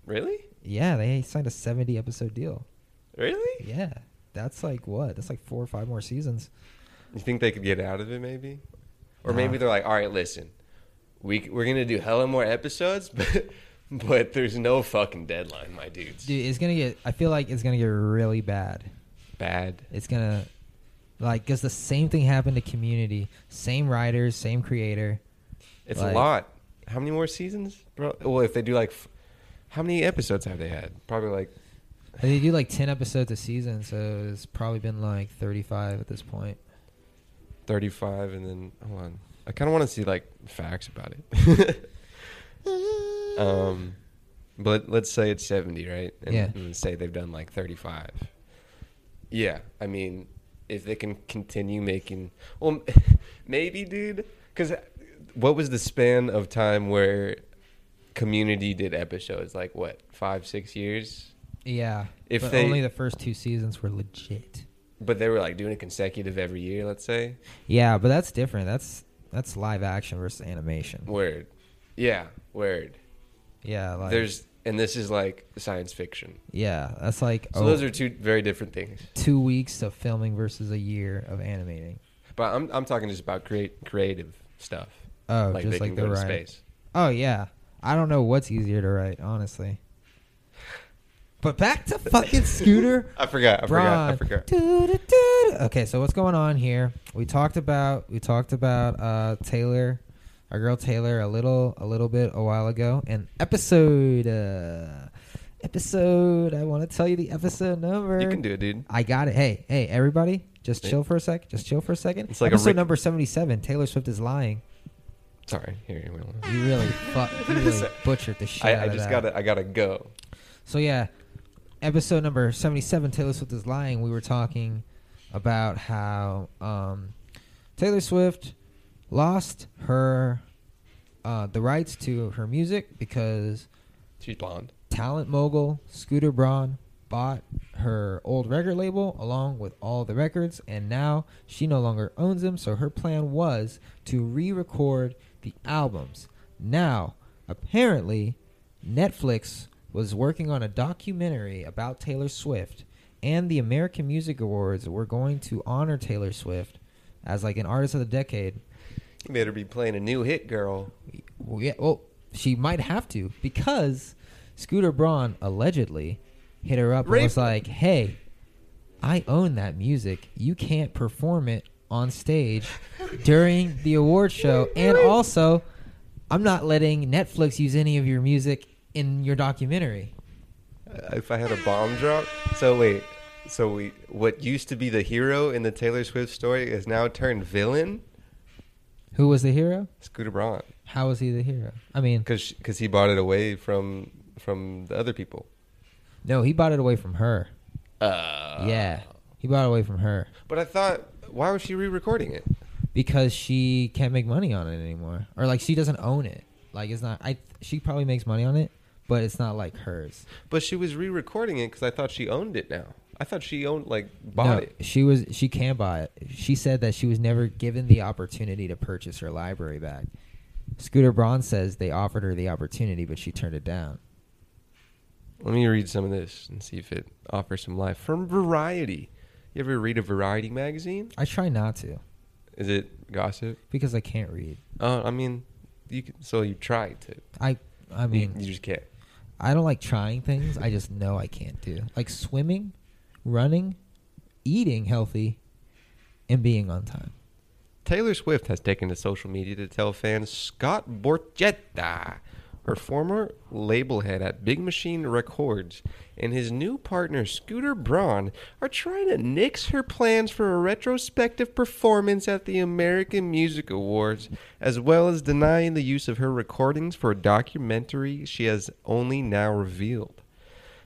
Speaker 2: really,
Speaker 1: Yeah, they signed a seventy episode deal.
Speaker 2: really?
Speaker 1: Yeah, that's like what? That's like four or five more seasons.
Speaker 2: You think they could get out of it, maybe, or
Speaker 1: Nah.
Speaker 2: maybe they're like, all right, listen, we c- we're gonna do hella more episodes, but but there's no fucking deadline, my dudes.
Speaker 1: Dude, it's gonna get. I feel like it's gonna get really bad.
Speaker 2: Bad.
Speaker 1: It's gonna like because the same thing happened to Community. Same writers, same creator.
Speaker 2: It's
Speaker 1: Like-
Speaker 2: a lot. How many more seasons? Bro- Well, if they do like, f- how many episodes have they had? Probably like
Speaker 1: They do like ten episodes a season, so it's probably been like thirty-five at this point.
Speaker 2: 35 and then hold on i kind of want to see like facts about it um but let's say it's 70 right and,
Speaker 1: Yeah.
Speaker 2: and say they've done like 35 yeah i mean if they can continue making well maybe dude because what was the span of time where community did episodes like what five six years
Speaker 1: Yeah,
Speaker 2: If
Speaker 1: but
Speaker 2: they-
Speaker 1: only the first two seasons were legit.
Speaker 2: but they were like doing it consecutive every year let's say
Speaker 1: Yeah, but that's different. That's that's live action versus animation.
Speaker 2: word yeah word
Speaker 1: Yeah, like
Speaker 2: there's and this is like science fiction
Speaker 1: yeah, that's like
Speaker 2: so
Speaker 1: oh,
Speaker 2: those are two very different things
Speaker 1: two weeks of filming versus a year of animating.
Speaker 2: but i'm, I'm talking just about create creative stuff
Speaker 1: Oh,
Speaker 2: like
Speaker 1: just
Speaker 2: they
Speaker 1: like
Speaker 2: can
Speaker 1: the
Speaker 2: go to
Speaker 1: writing.
Speaker 2: space
Speaker 1: Oh yeah. I don't know what's easier to write, honestly. But back to fucking Scooter
Speaker 2: i forgot i
Speaker 1: Braun.
Speaker 2: forgot i forgot
Speaker 1: Doo-doo-doo-doo. Okay, so what's going on here? We talked about we talked about uh, Taylor, our girl Taylor, a little a little bit a while ago, and episode uh, episode. I want to tell you the episode number.
Speaker 2: you can do it dude
Speaker 1: I got it. Hey, hey, everybody, just
Speaker 2: Hey.
Speaker 1: chill for a sec. Just chill for a second.
Speaker 2: It's like a
Speaker 1: episode
Speaker 2: Rick-
Speaker 1: number seventy-seven. Taylor Swift is lying.
Speaker 2: sorry here we don't-
Speaker 1: You really fuck. You really butchered the shit. out
Speaker 2: I, I
Speaker 1: of
Speaker 2: just
Speaker 1: that.
Speaker 2: gotta i gotta go
Speaker 1: So yeah, episode number seventy-seven. Taylor Swift is lying. We were talking about how um, Taylor Swift lost her uh, the rights to her music because
Speaker 2: she's blonde
Speaker 1: talent mogul Scooter Braun bought her old record label along with all the records, and now she no longer owns them. So her plan was to re record the albums. Now, apparently, Netflix was working on a documentary about Taylor Swift, and the American Music Awards were going to honor Taylor Swift as like an artist of the decade.
Speaker 2: You better be playing a new hit, girl.
Speaker 1: Well, yeah, well, she might have to because Scooter Braun allegedly hit her up
Speaker 2: Rape-
Speaker 1: and was like, "Hey, I own that music. You can't perform it on stage during the award show, and also, I'm not letting Netflix use any of your music in your documentary."
Speaker 2: Uh, If I had a bomb drop. So wait. So we what used to be the hero in the Taylor Swift story is now turned villain.
Speaker 1: Who was the hero?
Speaker 2: Scooter Braun,
Speaker 1: How was he the hero? I mean,
Speaker 2: because because he bought it away from from the other people.
Speaker 1: no, he bought it away from her. yeah, he bought it away from her
Speaker 2: But I thought, why was she re-recording it?
Speaker 1: because she can't make money on it anymore, or like she doesn't own it. Like it's not. I she probably makes money on it, but it's not like hers.
Speaker 2: But she was re-recording it because I thought she owned it now. I thought she owned like bought
Speaker 1: No,
Speaker 2: it.
Speaker 1: She was she can buy it. She said that she was never given the opportunity to purchase her library back. Scooter Braun says they offered her the opportunity, but she turned it down.
Speaker 2: Let me read some of this and see if it offers some life from Variety. You ever read a Variety magazine?
Speaker 1: I try not to
Speaker 2: Is it gossip?
Speaker 1: because I can't read.
Speaker 2: Oh, I mean, you can, so you try to.
Speaker 1: I I
Speaker 2: You-
Speaker 1: mean
Speaker 2: you just can't.
Speaker 1: I don't like trying things. I just know I can't do. Like swimming, running, eating healthy, and being on time.
Speaker 2: Taylor Swift has taken to social media to tell fans Scott Borchetta, her former label head at Big Machine Records, and his new partner Scooter Braun are trying to nix her plans for a retrospective performance at the American Music Awards, as well as denying the use of her recordings for a documentary she has only now revealed.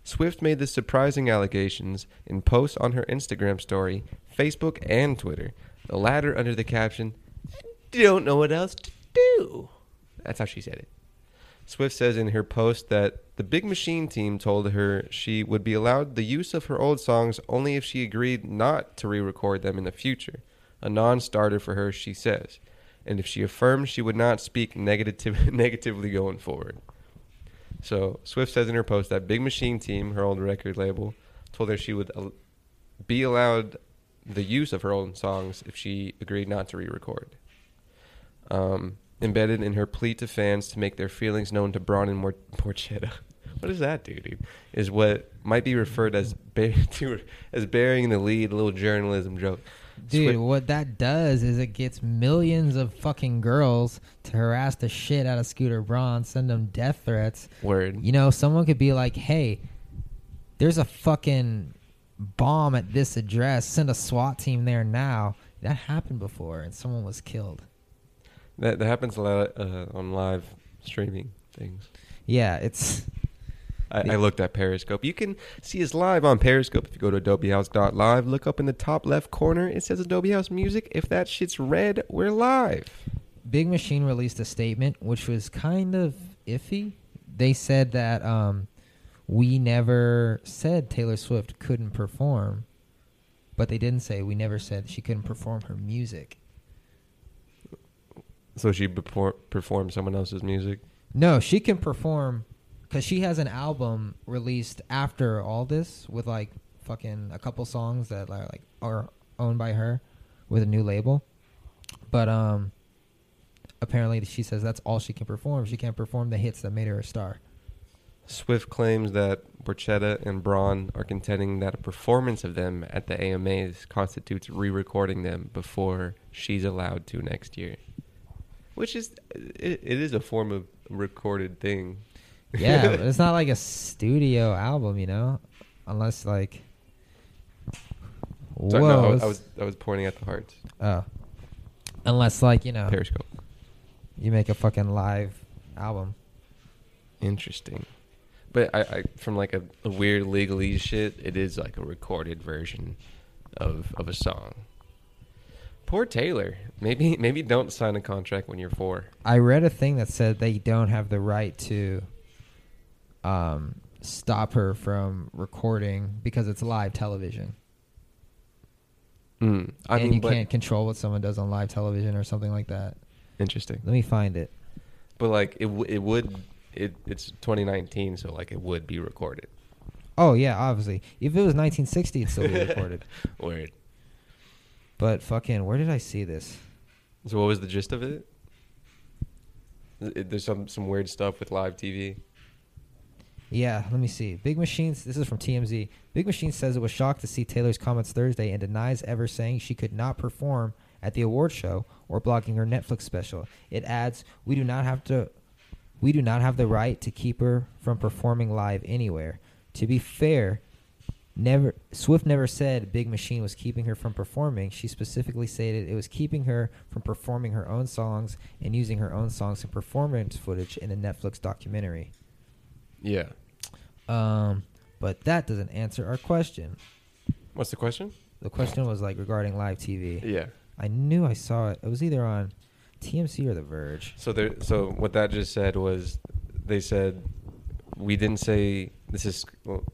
Speaker 2: Swift made the surprising allegations in posts on her Instagram story, Facebook, and Twitter. The latter under the caption, Don't know what else to do. That's how she said it. Swift says in her post that the Big Machine team told her she would be allowed the use of her old songs only if she agreed not to re record them in the future. A non starter for her, she says. And if she affirmed, she would not speak negative- negatively going forward. So Swift says in her post that Big Machine Team, her old record label, told her she would al- be allowed the use of her own songs if she agreed not to re-record. Um, embedded in her plea to fans to make their feelings known to Braun and Mor- Morchetta. What does that do, dude? Is what might be referred as ba- to, as burying the lead, a little journalism joke.
Speaker 1: Dude,
Speaker 2: Swift-
Speaker 1: what that does is it gets millions of fucking girls to harass the shit out of Scooter Braun, send them death threats.
Speaker 2: word.
Speaker 1: You know, someone could be like, hey, there's a fucking bomb at this address. Send a SWAT team there now. That happened before, and someone was killed.
Speaker 2: That, that happens a lot uh, on live streaming things.
Speaker 1: Yeah, it's.
Speaker 2: I, I looked at Periscope. You can see us live on Periscope if you go to adobehouse.live. Look up in the top left corner. It says Adobe House Music. If that shit's red, we're live.
Speaker 1: Big Machine released a statement which was kind of iffy. They said that um, we never said Taylor Swift couldn't perform, but they didn't say we never said she couldn't perform her music.
Speaker 2: So she perform, performed someone else's music.
Speaker 1: No, she can perform because she has an album released after all this with like fucking a couple songs that are like are owned by her with a new label. But um, apparently she says that's all she can perform. She can't perform the hits that made her a star.
Speaker 2: Swift claims that Borchetta and Braun are contending that a performance of them at the AMAs constitutes re recording them before she's allowed to next year. Which is, it, it is a form of recorded thing.
Speaker 1: Yeah, but it's not like a studio album, you know, unless like. Whoa!
Speaker 2: Sorry, no, I was, I,
Speaker 1: it's-
Speaker 2: was, I was pointing at the hearts.
Speaker 1: oh, unless like you know
Speaker 2: Periscope.
Speaker 1: you make a fucking live album.
Speaker 2: Interesting. But I, I from like a, a weird legalese shit, it is like a recorded version of of a song. Poor Taylor. Maybe maybe don't sign a contract when you're four.
Speaker 1: I read a thing that said they don't have the right to um, stop her from recording because it's live television.
Speaker 2: Mm. I
Speaker 1: and
Speaker 2: mean,
Speaker 1: you
Speaker 2: but
Speaker 1: can't control what someone does on live television or something like that.
Speaker 2: interesting.
Speaker 1: Let me find it.
Speaker 2: But like it w- it would it it's 2019, so like it would be recorded.
Speaker 1: Oh yeah, obviously. If it was 1960, it'd still be recorded.
Speaker 2: Weird.
Speaker 1: But fucking, where did I see this?
Speaker 2: So what was the gist of it? It- There's some some weird stuff with live TV.
Speaker 1: Yeah, let me see. Big Machines. This is from TMZ. Big Machine says it was shocked to see Taylor's comments Thursday and denies ever saying she could not perform at the award show or blocking her Netflix special. It adds, "We do not have to. We do not have the right to keep her from performing live anywhere." To be fair, never Swift never said Big Machine was keeping her from performing. She specifically stated it was keeping her from performing her own songs and using her own songs and performance footage in the Netflix documentary.
Speaker 2: Yeah.
Speaker 1: Um, but that doesn't answer our question.
Speaker 2: What's the question?
Speaker 1: The question was like regarding live TV.
Speaker 2: Yeah.
Speaker 1: I knew I saw it. It was either on TMC or The Verge.
Speaker 2: So there. So what that just said was, they said we didn't say this is well,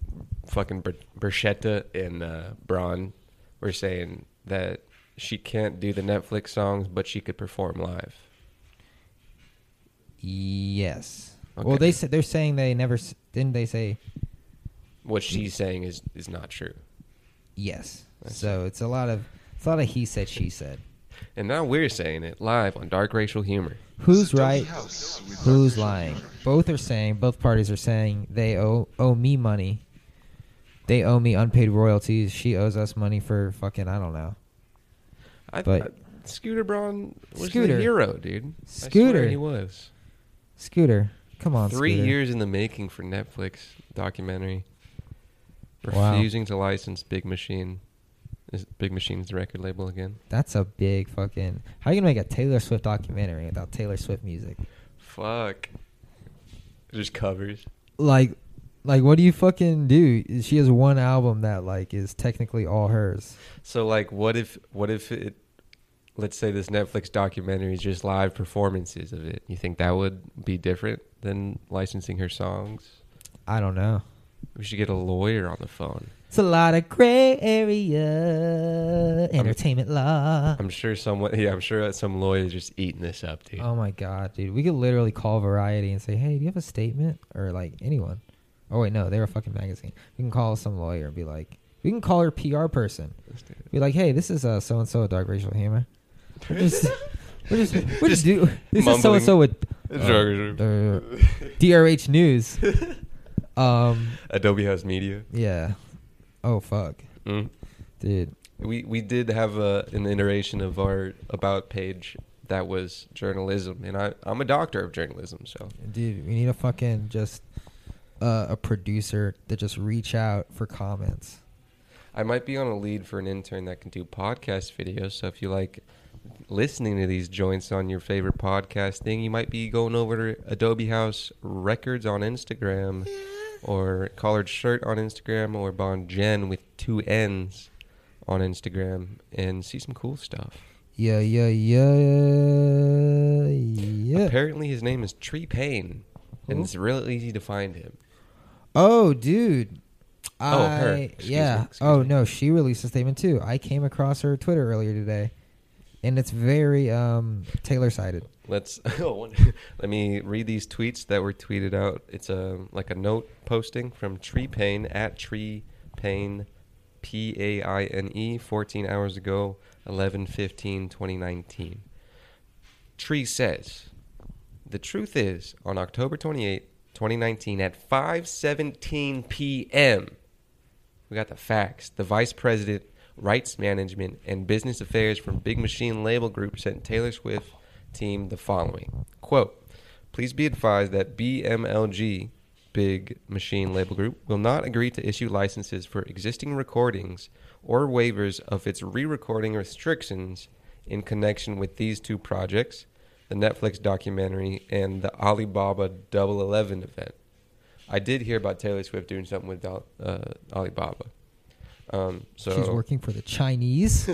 Speaker 2: fucking Ber- Berchetta and uh, Braun were saying that she can't do the Netflix songs, but she could perform live.
Speaker 1: Yes. Well,
Speaker 2: Okay.
Speaker 1: they said they're saying they never s- didn't they say
Speaker 2: What she's saying is is not true.
Speaker 1: yes.
Speaker 2: I
Speaker 1: so it's a lot of it's a lot of he said she said.
Speaker 2: And now we're saying it live on Dark Racial Humor.
Speaker 1: Who's right? Who's lying? Both are saying both parties are saying they owe owe me money. They owe me unpaid royalties. She owes us money for fucking I don't know.
Speaker 2: I,
Speaker 1: But-
Speaker 2: I- Scooter Braun was
Speaker 1: Scooter.
Speaker 2: the hero, dude. I swear
Speaker 1: Scooter.
Speaker 2: he was.
Speaker 1: Scooter, come on.
Speaker 2: Three
Speaker 1: Scooter.
Speaker 2: years in the making for Netflix documentary.
Speaker 1: Wow.
Speaker 2: Refusing to license Big Machine. Is Big Machine's the record label again?
Speaker 1: That's a big fucking. How you gonna make a Taylor Swift documentary without Taylor Swift music?
Speaker 2: Fuck. Just covers.
Speaker 1: Like, like what do you fucking do? She has one album that like is technically all hers.
Speaker 2: So like what if what if it let's say this Netflix documentary is just live performances of it. You think that would be different than licensing her songs?
Speaker 1: I don't know.
Speaker 2: We should get a lawyer on the phone.
Speaker 1: It's a lot of gray area, entertainment law.
Speaker 2: I'm sure someone yeah, I'm sure that some lawyer is just eating this up, dude.
Speaker 1: Oh my god, dude, we could literally call Variety and say, "Hey, do you have a statement?" Or like anyone. Oh wait, no, they're a fucking magazine. We can call some lawyer and be like, we can call her PR person.
Speaker 2: Let's do it.
Speaker 1: Be like, hey, this is uh so and so a dark racial humor. We're just, we're just, we're just,
Speaker 2: Just
Speaker 1: do, this is so and so
Speaker 2: mumbling.
Speaker 1: with
Speaker 2: It's
Speaker 1: uh,
Speaker 2: dark
Speaker 1: DRH news. um,
Speaker 2: Adobe House Media.
Speaker 1: yeah. Oh fuck,
Speaker 2: Mm.
Speaker 1: dude.
Speaker 2: We we did have a, an iteration of our about page that was journalism, and I I'm a doctor of journalism, so
Speaker 1: Dude, we need a fucking just uh, a producer that just reach out for comments.
Speaker 2: I might be on a lead for an intern that can do podcast videos. So if you like listening to these joints on your favorite podcast thing, you might be going over to Adobe House Records on Instagram or Collared Shirt on Instagram or Bon Jen with two N's on Instagram and see some cool stuff.
Speaker 1: Yeah, yeah, yeah, yeah.
Speaker 2: Apparently his name is Tree Payne. And
Speaker 1: Who?
Speaker 2: it's real easy to find him.
Speaker 1: Oh, dude.
Speaker 2: Oh, her.
Speaker 1: I-
Speaker 2: Excuse me,
Speaker 1: yeah.
Speaker 2: excuse
Speaker 1: Oh
Speaker 2: me.
Speaker 1: no, she released a statement too. I came across her Twitter earlier today, and it's very um Taylor sided.
Speaker 2: Let's oh, one- let me read these tweets that were tweeted out. It's a like a note posting from Tree Pain at Tree Pain, P A I N E, 14 hours ago, 11 15 2019. Tree says, "The truth is, on October 28, 2019 at 5:17 p.m. We got the facts. The vice president, rights management, and business affairs from Big Machine Label Group sent Taylor Swift team the following quote: Please be advised that BMLG, Big Machine Label Group, will not agree to issue licenses for existing recordings or waivers of its re-recording restrictions in connection with these two projects." The Netflix documentary and the Alibaba Double Eleven event. I did hear about Taylor Swift doing something with Al- uh, Alibaba. Um, so
Speaker 1: She's working for the Chinese.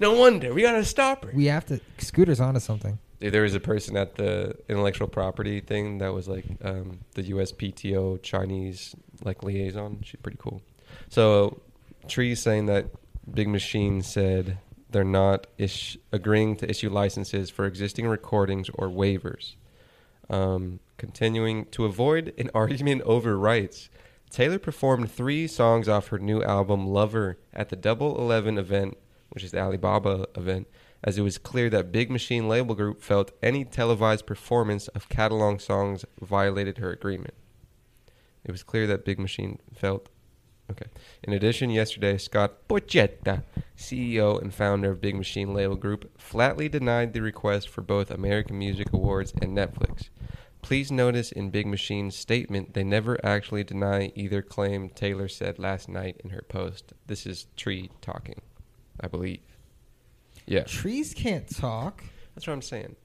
Speaker 2: no wonder we gotta stop her.
Speaker 1: we have to. Scooter's onto something.
Speaker 2: Dude, there was a person at the intellectual property thing that was like um, the USPTO Chinese like liaison. She's pretty cool. So Tree's saying that Big Machine said they're not ish- agreeing to issue licenses for existing recordings or waivers Um, continuing to avoid an argument over rights, Taylor performed three songs off her new album Lover at the Double Eleven event, which is the Alibaba event, as it was clear that Big Machine Label Group felt any televised performance of catalog songs violated her agreement. It was clear that Big Machine felt. Okay. In addition, yesterday, Scott Borchetta, CEO and founder of Big Machine Label Group, flatly denied the request for both American Music Awards and Netflix. Please notice in Big Machine's statement, they never actually deny either claim Taylor said last night in her post. This is Tree talking, I believe. Yeah.
Speaker 1: Trees can't talk.
Speaker 2: That's what I'm saying.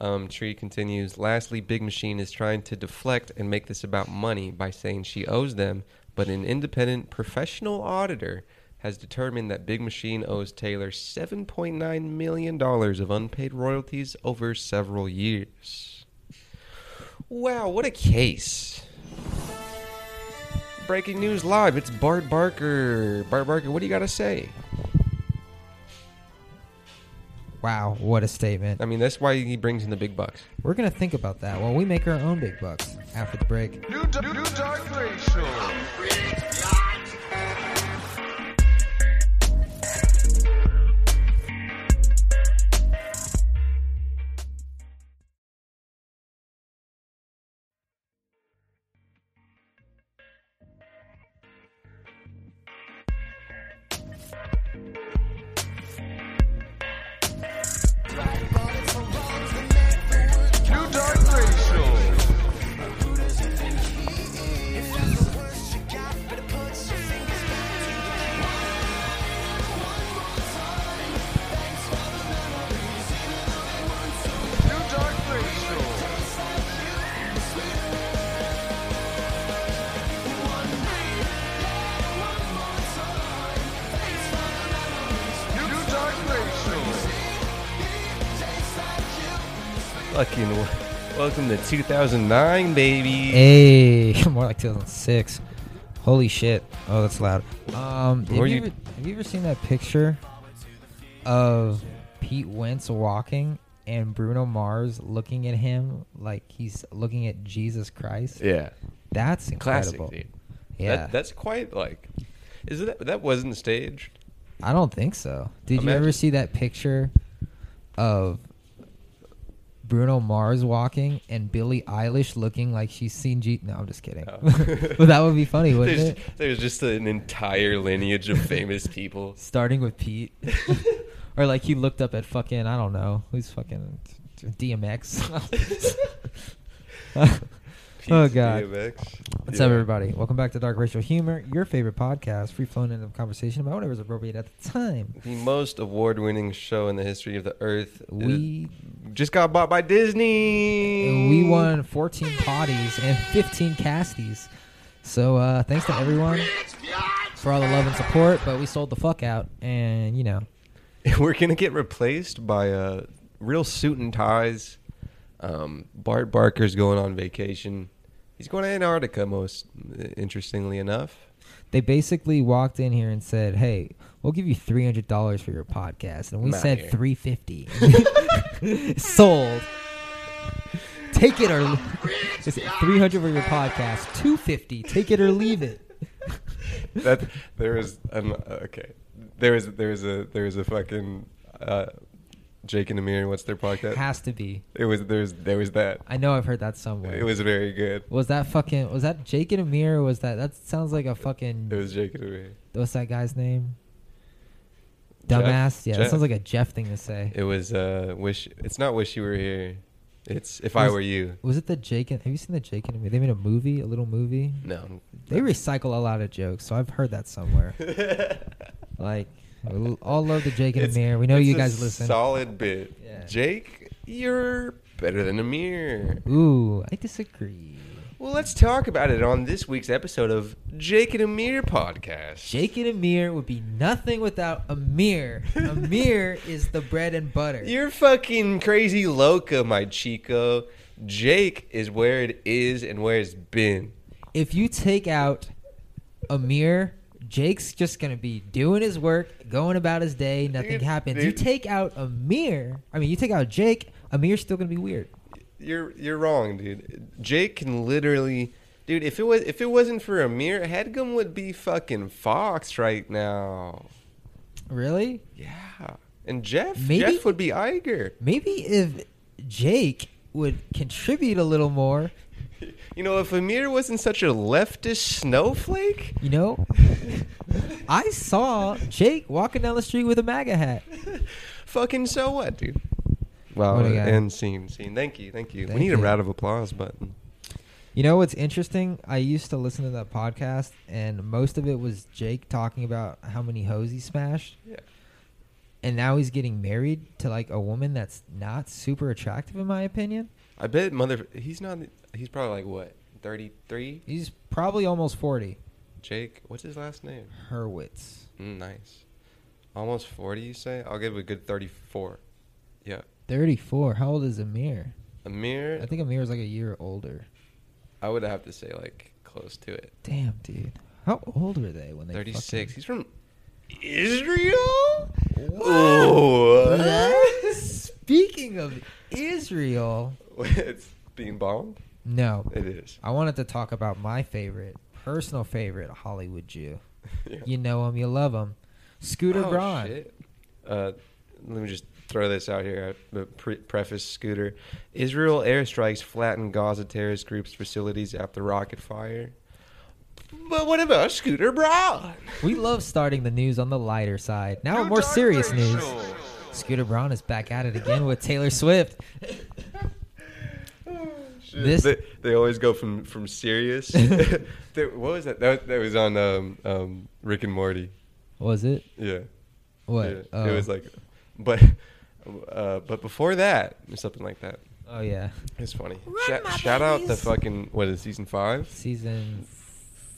Speaker 2: Um, Tree continues. Lastly, Big Machine is trying to deflect and make this about money by saying she owes them, but an independent professional auditor has determined that Big Machine owes Taylor $7.9 million of unpaid royalties over several years. Wow, what a case. Breaking news live. It's Bart Barker. Bart Barker, what do you got to say?
Speaker 1: Wow, what a statement.
Speaker 2: I mean, that's why he brings in the big bucks.
Speaker 1: We're gonna think about that while we make our own big bucks after the break.
Speaker 3: New Dark New Dark Racial. New Dark Racial. New Dark Racial. New Dark Racial.
Speaker 2: Fucking w- welcome to 2009, baby.
Speaker 1: Hey, more like 2006. Holy shit! Oh, that's loud. Um, have you,
Speaker 2: Were you-
Speaker 1: ever, have you ever seen that picture of Pete Wentz walking and Bruno Mars looking at him like he's looking at Jesus Christ?
Speaker 2: Yeah,
Speaker 1: That's
Speaker 2: classic,
Speaker 1: incredible.
Speaker 2: dude.
Speaker 1: Yeah,
Speaker 2: that, that's quite like. Is that that wasn't staged?
Speaker 1: I don't think so. Did you
Speaker 2: Imagine-
Speaker 1: ever see that picture of Bruno Mars walking and Billie Eilish looking like she's seen G? No, I'm just kidding.
Speaker 2: Oh.
Speaker 1: but that would be funny, wouldn't
Speaker 2: there's,
Speaker 1: it?
Speaker 2: there's just an entire lineage of famous people.
Speaker 1: Starting with Pete, or like he looked up at fucking I don't know who's fucking DMX. oh
Speaker 2: Pete's
Speaker 1: god.
Speaker 2: DMX.
Speaker 1: What's
Speaker 2: Yeah.
Speaker 1: up, everybody? Welcome back to Dark Racial Humor, your favorite podcast, free flowing end of conversation about whatever's appropriate at the time.
Speaker 2: The most award-winning show in the history of the earth. is-
Speaker 1: We
Speaker 2: just got bought by Disney.
Speaker 1: And we won 14 potties and 15 casties. So uh, thanks to everyone for all the love and support. But we sold the fuck out, and you know,
Speaker 2: We're gonna get replaced by uh, real suit and ties. Um, Bart Barker's going on vacation. He's going to Antarctica, most uh, interestingly enough.
Speaker 1: they basically walked in here and said, "Hey, we'll give you three hundred dollars for your podcast," and we
Speaker 2: Nah,
Speaker 1: said
Speaker 2: here.
Speaker 1: three fifty. sold. Take it or it's three hundred for your podcast, two fifty. Take it or leave it.
Speaker 2: That there is um, okay. There is there is a there is a fucking uh, Jake and Amir. What's their podcast?
Speaker 1: Has to be.
Speaker 2: it was there's there was that.
Speaker 1: I know I've heard that somewhere.
Speaker 2: It was very good.
Speaker 1: Was that fucking? Was that Jake and Amir? Or was that? That sounds like a
Speaker 2: It
Speaker 1: fucking.
Speaker 2: was Jake and Amir.
Speaker 1: What's that guy's name?
Speaker 2: Jeff?
Speaker 1: Dumbass. Yeah, that
Speaker 2: Jeff.
Speaker 1: sounds like a Jeff thing to say.
Speaker 2: It was uh wish. It's not wish you were here. It's if I
Speaker 1: Was-
Speaker 2: were you.
Speaker 1: Was it the Jake and? Have you seen the Jake and Amir? They made a movie, a little movie.
Speaker 2: No.
Speaker 1: They recycle a lot of jokes, so I've heard that somewhere. like, we l- all love the Jake and
Speaker 2: It's-
Speaker 1: Amir. We know
Speaker 2: it's
Speaker 1: you
Speaker 2: a
Speaker 1: guys listen.
Speaker 2: Solid bit.
Speaker 1: Yeah.
Speaker 2: Jake, you're better than Amir.
Speaker 1: Ooh, I disagree.
Speaker 2: Well, let's talk about it on this week's episode of Jake and Amir podcast.
Speaker 1: Jake and Amir would be nothing without Amir. Amir is the bread and butter.
Speaker 2: You're fucking crazy loca, my chico. Jake is where it is and where it's been.
Speaker 1: if you take out Amir, Jake's just gonna be doing his work, going about his day, nothing
Speaker 2: Dude,
Speaker 1: happens. You
Speaker 2: dude.
Speaker 1: take out Amir, I mean, you take out Jake, Amir's still gonna be weird.
Speaker 2: you're you're wrong, dude. Jake can literally, dude. If it was if it wasn't for Amir, Headgum would be fucking Fox right now.
Speaker 1: Really?
Speaker 2: Yeah, and Jeff,
Speaker 1: Maybe-
Speaker 2: Jeff would be Iger.
Speaker 1: Maybe if Jake would contribute a little more,
Speaker 2: You know, if Amir wasn't such a leftist snowflake,
Speaker 1: you know. I saw Jake walking down the street with a MAGA hat.
Speaker 2: fucking so what, dude? Wow,
Speaker 1: What a guy.
Speaker 2: and scene, scene. Thank you, thank you.
Speaker 1: Thank
Speaker 2: we need a
Speaker 1: you.
Speaker 2: round of applause button.
Speaker 1: You know what's interesting? I used to listen to that podcast, and most of it was Jake talking about how many hoes he smashed.
Speaker 2: Yeah.
Speaker 1: And now he's getting married to like a woman that's not super attractive, in my opinion.
Speaker 2: I bet mother, he's not. He's probably like what, thirty three?
Speaker 1: He's probably almost 40.
Speaker 2: Jake, what's his last name?
Speaker 1: Hurwitz.
Speaker 2: Mm, nice. Almost 40, you say? I'll give it a good 34.
Speaker 1: 34. How old is Amir?
Speaker 2: Amir,
Speaker 1: I think Amir's like a year older.
Speaker 2: I would have to say, like, close to it.
Speaker 1: Damn, dude. How old were they when they
Speaker 2: 36.
Speaker 1: fucking-
Speaker 2: He's from Israel?
Speaker 1: What?
Speaker 2: What?
Speaker 1: Speaking of Israel,
Speaker 2: it's being bombed?
Speaker 1: no.
Speaker 2: It is.
Speaker 1: I wanted to talk about my favorite, personal favorite Hollywood Jew.
Speaker 2: Yeah.
Speaker 1: You know him, you love him. Scooter
Speaker 2: Oh,
Speaker 1: Braun.
Speaker 2: shit. Uh, let me just throw this out here. I- but Pre- preface Scooter. Israel airstrikes flatten Gaza terrorist groups' facilities after rocket fire. But what about Scooter Braun?
Speaker 1: We love starting the news on the lighter side. Now,
Speaker 3: New
Speaker 1: more
Speaker 3: Dark
Speaker 1: serious
Speaker 3: Race
Speaker 1: news.
Speaker 3: Show.
Speaker 1: Scooter Braun is back at it again with Taylor Swift. This-
Speaker 2: they, they always go from from serious. They- what was that? That was, that was on um, um, Rick and Morty.
Speaker 1: Was it?
Speaker 2: Yeah,
Speaker 1: What?
Speaker 2: yeah.
Speaker 1: Oh.
Speaker 2: it was like, but uh, but before that, or something like that.
Speaker 1: Oh, yeah.
Speaker 2: It's funny. Shout, shout out the fucking what is it, season five?
Speaker 1: Season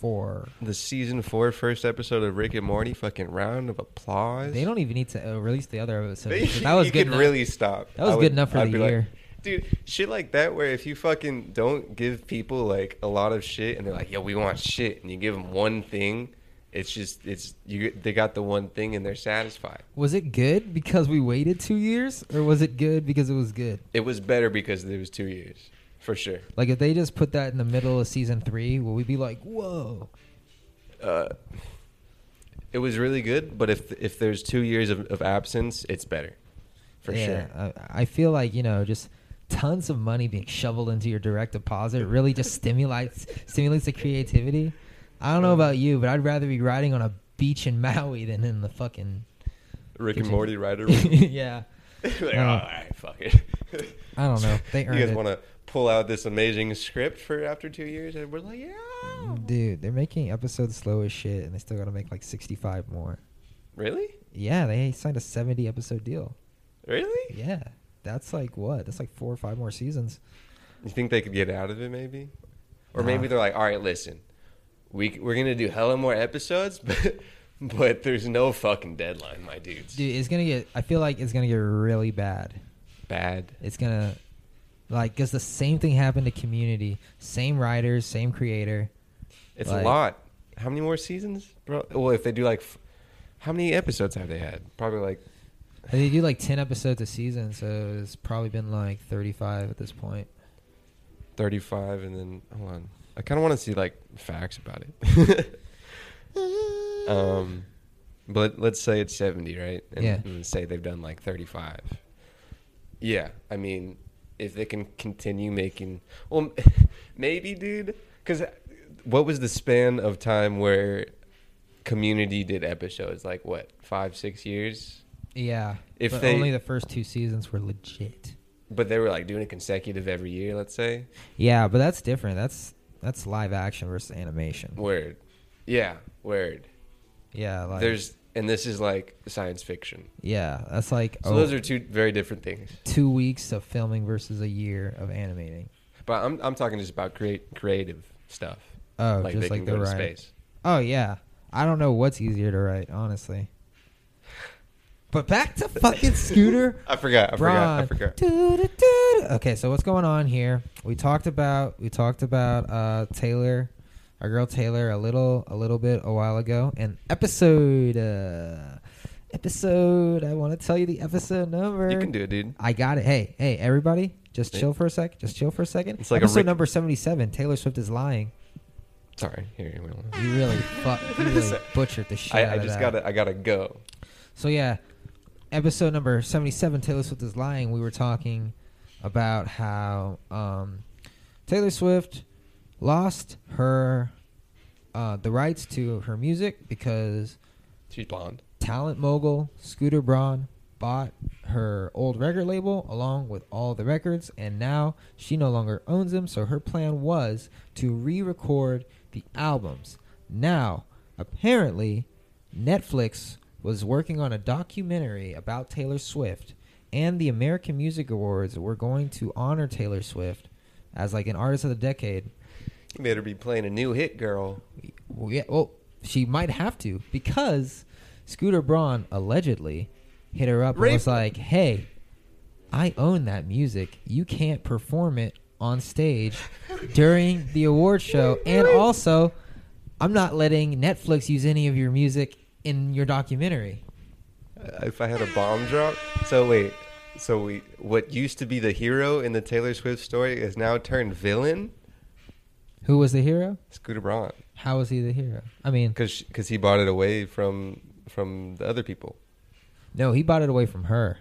Speaker 1: four.
Speaker 2: The season four first episode of Rick and Morty. Fucking round of applause.
Speaker 1: They don't even need to uh, release the other episode.
Speaker 2: They-
Speaker 1: That was
Speaker 2: you
Speaker 1: good.
Speaker 2: could
Speaker 1: enough.
Speaker 2: really stop.
Speaker 1: That was
Speaker 2: I
Speaker 1: good enough for the
Speaker 2: be like-
Speaker 1: year.
Speaker 2: dude, shit like that where if you fucking don't give people like a lot of shit and they're like, "Yo, we want shit." And you give them one thing, it's just it's you they got the one thing and they're satisfied.
Speaker 1: Was it good because we waited two years, or was it good because it was good?
Speaker 2: It was better because it was 2 years. For sure.
Speaker 1: Like if they just put that in the middle of season three, will we be like, whoa?
Speaker 2: Uh it was really good, but if if there's 2 years of, of absence, it's better. For sure.
Speaker 1: I, I feel like you know just tons of money being shoveled into your direct deposit really just stimulates stimulates the creativity. I don't know about you, but I'd rather be riding on a beach in Maui than in the fucking
Speaker 2: Rick and
Speaker 1: Continue.
Speaker 2: Morty writer.
Speaker 1: yeah.
Speaker 2: like,
Speaker 1: Uh,
Speaker 2: all right, fuck it.
Speaker 1: I don't know. They earned
Speaker 2: you guys
Speaker 1: it.
Speaker 2: want to pull out this amazing script for after two years, and we're like, yeah,
Speaker 1: Dude, they're making episodes slow as shit, and they still got to make like sixty-five more.
Speaker 2: really,
Speaker 1: Yeah, they signed a seventy-episode deal.
Speaker 2: really?
Speaker 1: Yeah, that's like what? That's like four or five more seasons.
Speaker 2: You think they could get out of it, maybe, or
Speaker 1: Nah.
Speaker 2: maybe they're like, all right, listen, we c- we're gonna do hella more episodes, but but there's no fucking deadline, my dudes.
Speaker 1: Dude, it's gonna get. I feel like it's gonna get really bad.
Speaker 2: Bad.
Speaker 1: It's gonna like because the same thing happened to Community. Same writers, same creator.
Speaker 2: It's
Speaker 1: Like-
Speaker 2: a lot. How many more seasons, bro? Well, if they do like, f- how many episodes have they had? Probably like
Speaker 1: And They do like ten episodes a season, so it's probably been like thirty-five at this point.
Speaker 2: 35 and then hold on i kind of want to see like facts about it um but let's say it's 70 right and,
Speaker 1: Yeah.
Speaker 2: and say they've done like 35 yeah i mean if they can continue making well maybe dude because what was the span of time where community did episodes like what five six years
Speaker 1: Yeah,
Speaker 2: If
Speaker 1: but
Speaker 2: they-
Speaker 1: only the first two seasons were legit.
Speaker 2: but they were like doing it consecutive every year let's say
Speaker 1: Yeah, but that's different. That's that's live action versus animation.
Speaker 2: word yeah word
Speaker 1: Yeah, like
Speaker 2: There's and this is like science fiction.
Speaker 1: yeah, that's like
Speaker 2: So
Speaker 1: oh,
Speaker 2: those are two very different things.
Speaker 1: two weeks of filming versus a year of animating.
Speaker 2: But I'm I'm talking just about create creative stuff.
Speaker 1: Oh,
Speaker 2: like
Speaker 1: just
Speaker 2: they
Speaker 1: like
Speaker 2: can
Speaker 1: the
Speaker 2: go to
Speaker 1: right.
Speaker 2: space.
Speaker 1: Oh yeah, I don't know what's easier to write, honestly. But back to fucking Scooter
Speaker 2: I forgot. I
Speaker 1: Braun.
Speaker 2: forgot. I forgot.
Speaker 1: Doo-doo-doo-doo. Okay, so what's going on here? We talked about we talked about uh, Taylor, our girl Taylor, a little a little bit a while ago, and episode uh, episode. I want to tell you the episode number.
Speaker 2: You can do it, dude.
Speaker 1: I got it. Hey, hey, everybody, Just chill for a sec. Just chill for a second.
Speaker 2: It's like a
Speaker 1: episode
Speaker 2: Rick-
Speaker 1: number seventy-seven. Taylor Swift is lying.
Speaker 2: Sorry, here. we don't-
Speaker 1: You really fuck. You really butchered the shit. out
Speaker 2: I, I
Speaker 1: of
Speaker 2: just
Speaker 1: that.
Speaker 2: gotta. I gotta go.
Speaker 1: So yeah, episode number seventy-seven. Taylor Swift is lying. We were talking about how um, Taylor Swift lost her uh, the rights to her music because
Speaker 2: She's blonde.
Speaker 1: talent mogul Scooter Braun bought her old record label along with all the records, and now she no longer owns them. So her plan was to re record the albums. Now, apparently, Netflix was working on a documentary about Taylor Swift, and the American Music Awards were going to honor Taylor Swift as like an artist of the decade.
Speaker 2: You better be playing a new hit, girl.
Speaker 1: Well, yeah, well, she might have to because Scooter Braun allegedly hit her up
Speaker 2: Rape-
Speaker 1: and was like, "Hey, I own that music. You can't perform it on stage during the award show, and also, I'm not letting Netflix use any of your music in your documentary."
Speaker 2: Uh, If I had a bomb drop. So wait. So we. What used to be the hero in the Taylor Swift story is now turned villain.
Speaker 1: Who was the hero?
Speaker 2: Scooter Braun,
Speaker 1: How was he the hero? I mean,
Speaker 2: because because he bought it away from from the other people.
Speaker 1: no, he bought it away from her.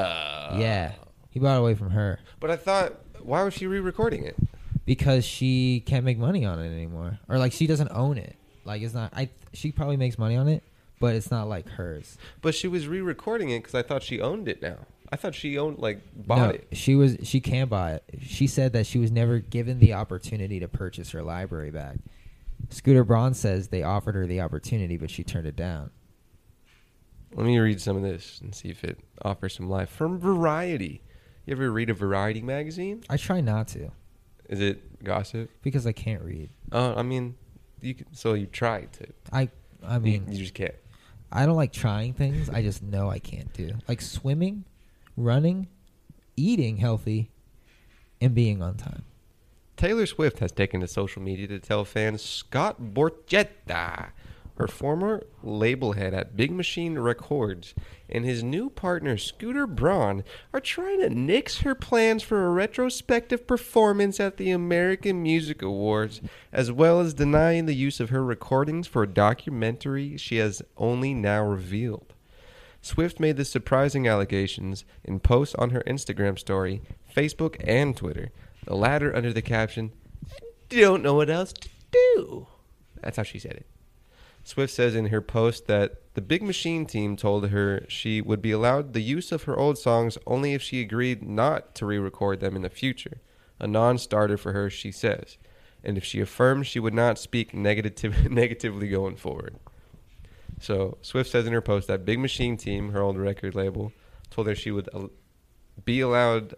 Speaker 1: yeah, he bought it away from her.
Speaker 2: But I thought, why was she re-recording it?
Speaker 1: because she can't make money on it anymore, or like she doesn't own it. Like it's not. I she probably makes money on it, but it's not like hers.
Speaker 2: But she was re-recording it because I thought she owned it now. I thought she owned like bought
Speaker 1: no,
Speaker 2: it.
Speaker 1: she was. She can buy it. She said that she was never given the opportunity to purchase her library back. Scooter Braun says they offered her the opportunity, but she turned it down.
Speaker 2: Let me read some of this and see if it offers some life from Variety. You ever read a Variety magazine?
Speaker 1: I try not to
Speaker 2: Is it gossip?
Speaker 1: because I can't read.
Speaker 2: Uh, I mean, you can, so you try to.
Speaker 1: I. I
Speaker 2: You,
Speaker 1: mean,
Speaker 2: you just can't.
Speaker 1: I don't like trying things. I just know I can't do like swimming, running, eating healthy, and being on time.
Speaker 2: Taylor Swift has taken to social media to tell fans Scott Borchetta, her former label head at Big Machine Records, and his new partner Scooter Braun are trying to nix her plans for a retrospective performance at the American Music Awards, as well as denying the use of her recordings for a documentary she has only now revealed. Swift made the surprising allegations in posts on her Instagram story, Facebook, and Twitter. The latter under the caption, I don't know what else to do. That's how she said it. Swift says in her post that the Big Machine team told her she would be allowed the use of her old songs only if she agreed not to re record them in the future. A non starter for her, she says. And if she affirms, she would not speak negative- negatively going forward. So Swift says in her post that Big Machine Team, her old record label, told her she would al- be allowed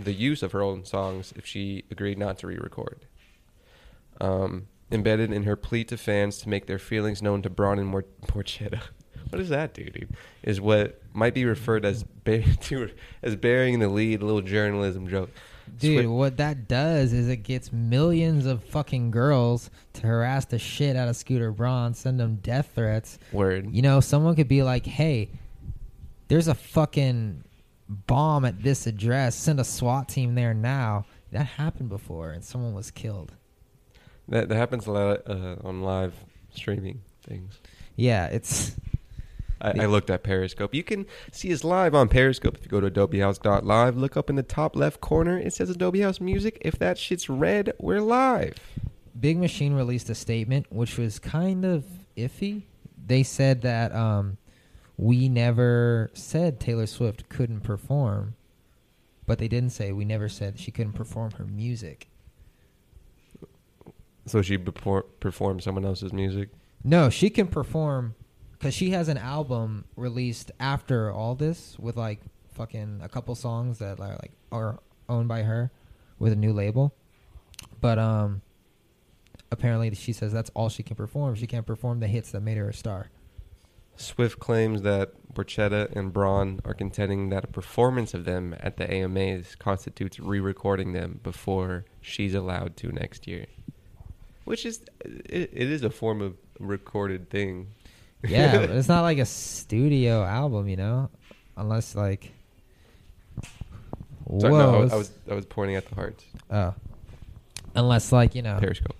Speaker 2: the use of her own songs if she agreed not to re-record. Um, embedded in her plea to fans to make their feelings known to Braun and Mor- Porchetta. What is that, dude? dude? Is what might be referred as ba- to, as burying the lead, a little journalism joke.
Speaker 1: Dude,
Speaker 2: Swift-
Speaker 1: what that does is it gets millions of fucking girls to harass the shit out of Scooter Braun, send them death threats.
Speaker 2: word.
Speaker 1: You know, someone could be like, hey, there's a fucking bomb at this address. Send a SWAT team there now. That happened before, and someone was killed.
Speaker 2: That, that happens a lot uh, on live streaming things.
Speaker 1: Yeah, it's.
Speaker 2: I, I looked at Periscope. You can see us live on Periscope if you go to adobehouse.live. Look up in the top left corner. It says Adobe House Music. If that shit's red, we're live.
Speaker 1: Big Machine released a statement which was kind of iffy. They said that um, we never said Taylor Swift couldn't perform, but they didn't say we never said she couldn't perform her music.
Speaker 2: So she perfor- performed someone else's music.
Speaker 1: No, she can perform because she has an album released after all this with like fucking a couple songs that are like are owned by her with a new label. But um, apparently she says that's all she can perform. She can't perform the hits that made her a star.
Speaker 2: Swift claims that Borchetta and Braun are contending that a performance of them at the AMAs constitutes re recording them before she's allowed to next year. Which is, it, it is a form of recorded thing.
Speaker 1: yeah, but it's not like a studio album, you know, unless like
Speaker 2: Sorry,
Speaker 1: Whoa.
Speaker 2: no, I was, I
Speaker 1: that's-
Speaker 2: was I was pointing at the hearts.
Speaker 1: Oh. Unless, like, you know,
Speaker 2: Periscope.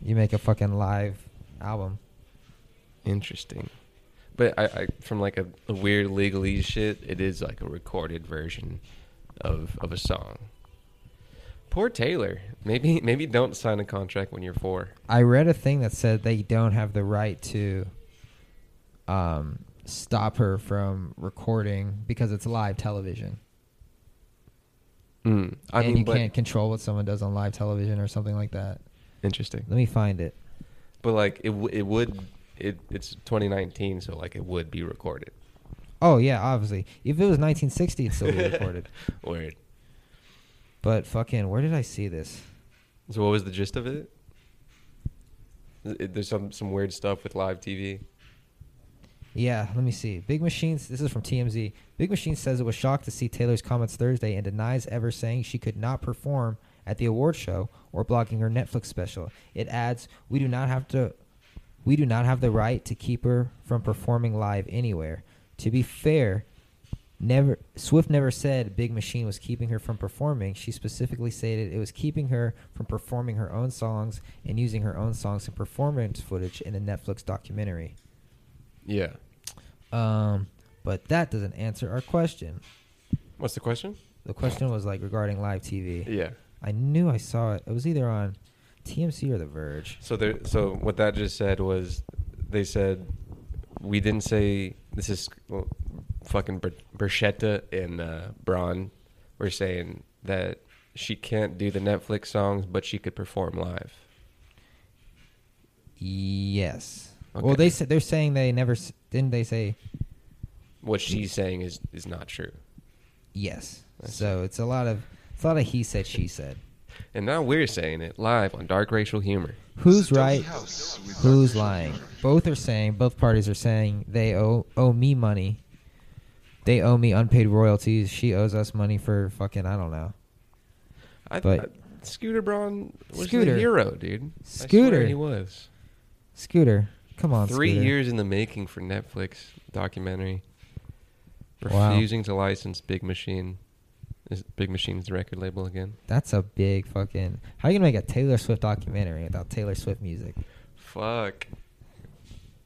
Speaker 1: you make a fucking live album.
Speaker 2: Interesting. But I, I from like a, a weird legalese shit, it is like a recorded version of of a song. Poor Taylor. Maybe maybe don't sign a contract when you're four.
Speaker 1: I read a thing that said they don't have the right to um, stop her from recording because it's live television.
Speaker 2: Mm. I
Speaker 1: and
Speaker 2: mean,
Speaker 1: you
Speaker 2: but
Speaker 1: can't control what someone does on live television or something like that.
Speaker 2: interesting.
Speaker 1: Let me find it.
Speaker 2: But like it w- it would it it's 2019, so like it would be recorded.
Speaker 1: Oh yeah, obviously. If it was 1960, it'd still be recorded.
Speaker 2: Weird.
Speaker 1: But fucking, where did I see this?
Speaker 2: So what was the gist of it? It- There's some some weird stuff with live TV.
Speaker 1: Yeah, let me see. Big Machines. This is from TMZ. Big Machine says it was shocked to see Taylor's comments Thursday and denies ever saying she could not perform at the award show or blocking her Netflix special. It adds, "We do not have to. We do not have the right to keep her from performing live anywhere." To be fair, never Swift never said Big Machine was keeping her from performing. She specifically stated it was keeping her from performing her own songs and using her own songs and performance footage in the Netflix documentary.
Speaker 2: Yeah.
Speaker 1: Um, but that doesn't answer our question.
Speaker 2: What's the question?
Speaker 1: The question was like regarding live TV.
Speaker 2: Yeah.
Speaker 1: I knew I saw it. It was either on TMC or The Verge.
Speaker 2: So there. So what that just said was, they said, we didn't say this is well, fucking Ber- Berchetta and uh, Braun. We're saying that she can't do the Netflix songs, but she could perform live.
Speaker 1: Yes. Well,
Speaker 2: Okay.
Speaker 1: they said they're saying they never s- didn't they say
Speaker 2: What she's saying is is not true.
Speaker 1: yes.
Speaker 2: I see.
Speaker 1: So it's a lot of it's a lot of he said she said.
Speaker 2: And now we're saying it live on Dark Racial Humor.
Speaker 1: Who's right? Who's lying? Both are saying both parties are saying they owe owe me money. They owe me unpaid royalties. She owes us money for fucking I don't know.
Speaker 2: I,
Speaker 1: But-
Speaker 2: I Scooter Braun was
Speaker 1: Scooter.
Speaker 2: the hero, dude. I
Speaker 1: Scooter.
Speaker 2: swear he was.
Speaker 1: Scooter, come on.
Speaker 2: Three
Speaker 1: Scooter.
Speaker 2: years in the making for Netflix documentary.
Speaker 1: Wow.
Speaker 2: Refusing to license Big Machine. Is Big Machine's the record label again?
Speaker 1: That's a big fucking. How you gonna make a Taylor Swift documentary without Taylor Swift music?
Speaker 2: Fuck.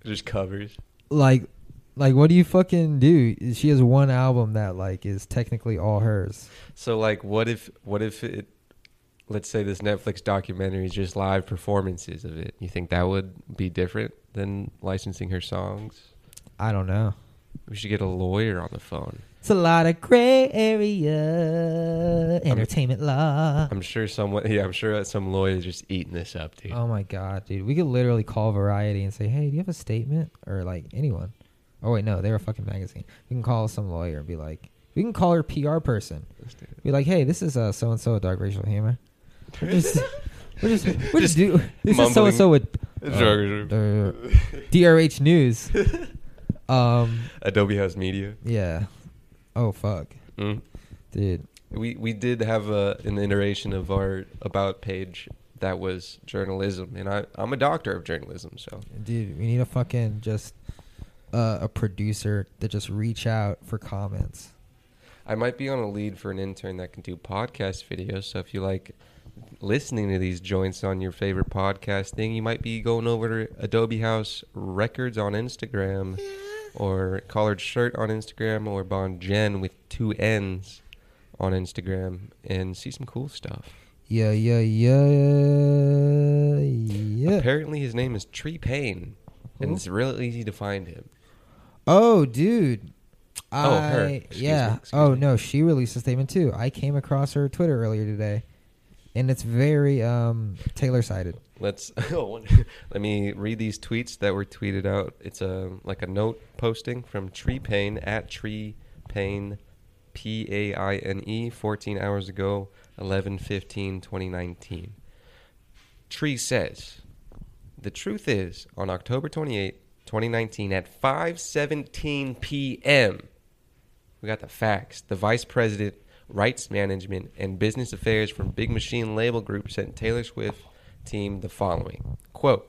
Speaker 2: Just covers.
Speaker 1: Like, like what do you fucking do? She has one album that like is technically all hers.
Speaker 2: So like what if what if it let's say this Netflix documentary is just live performances of it. You think that would be different than licensing her songs?
Speaker 1: I don't know.
Speaker 2: We should get a lawyer on the phone.
Speaker 1: It's a lot of gray area, entertainment law.
Speaker 2: I'm sure someone yeah, I'm sure that some lawyer's just eating this up, dude.
Speaker 1: Oh my god, dude, we could literally call Variety and say, "Hey, do you have a statement?" Or like anyone. Oh wait, no, they're a fucking magazine. We can call some lawyer and be like, we can call her PR person.
Speaker 2: Let's do it.
Speaker 1: Be like, hey, this is uh so and so dark racial humor. We're just, we're just, we're just,
Speaker 2: Just
Speaker 1: do, this is so and so with
Speaker 2: Drugs.
Speaker 1: uh, DRH News. Um,
Speaker 2: Adobe House Media.
Speaker 1: yeah. Oh fuck,
Speaker 2: Mm.
Speaker 1: dude.
Speaker 2: We we did have a, an iteration of our about page that was journalism, and I I'm a doctor of journalism, so
Speaker 1: Dude, we need a fucking just uh, a producer to just reach out for comments.
Speaker 2: I might be on a lead for an intern that can do podcast videos. So if you like listening to these joints on your favorite podcast thing, you might be going over to Adobe House Records on Instagram, or Collared Shirt on Instagram, or Bon Jen with two N's on Instagram, and see some cool stuff.
Speaker 1: Yeah, yeah, yeah, yeah.
Speaker 2: Apparently, his name is Tree Payne, and
Speaker 1: Who?
Speaker 2: it's real easy to find him.
Speaker 1: Oh, dude.
Speaker 2: Oh, her.
Speaker 1: I-
Speaker 2: Excuse me,
Speaker 1: yeah.
Speaker 2: excuse
Speaker 1: Oh
Speaker 2: me.
Speaker 1: no, she released a statement too. I came across her Twitter earlier today, and it's very um Taylor sided.
Speaker 2: Let's oh, one- let me read these tweets that were tweeted out. It's a like a note posting from Tree Pain at Tree Pain, P A I N E, 14 hours ago, 11 15 2019. Tree says, "The truth is, on October 28, 2019 at 5:17 p.m. We got the facts. The vice president, rights management, and business affairs from Big Machine Label Group sent Taylor Swift team the following quote: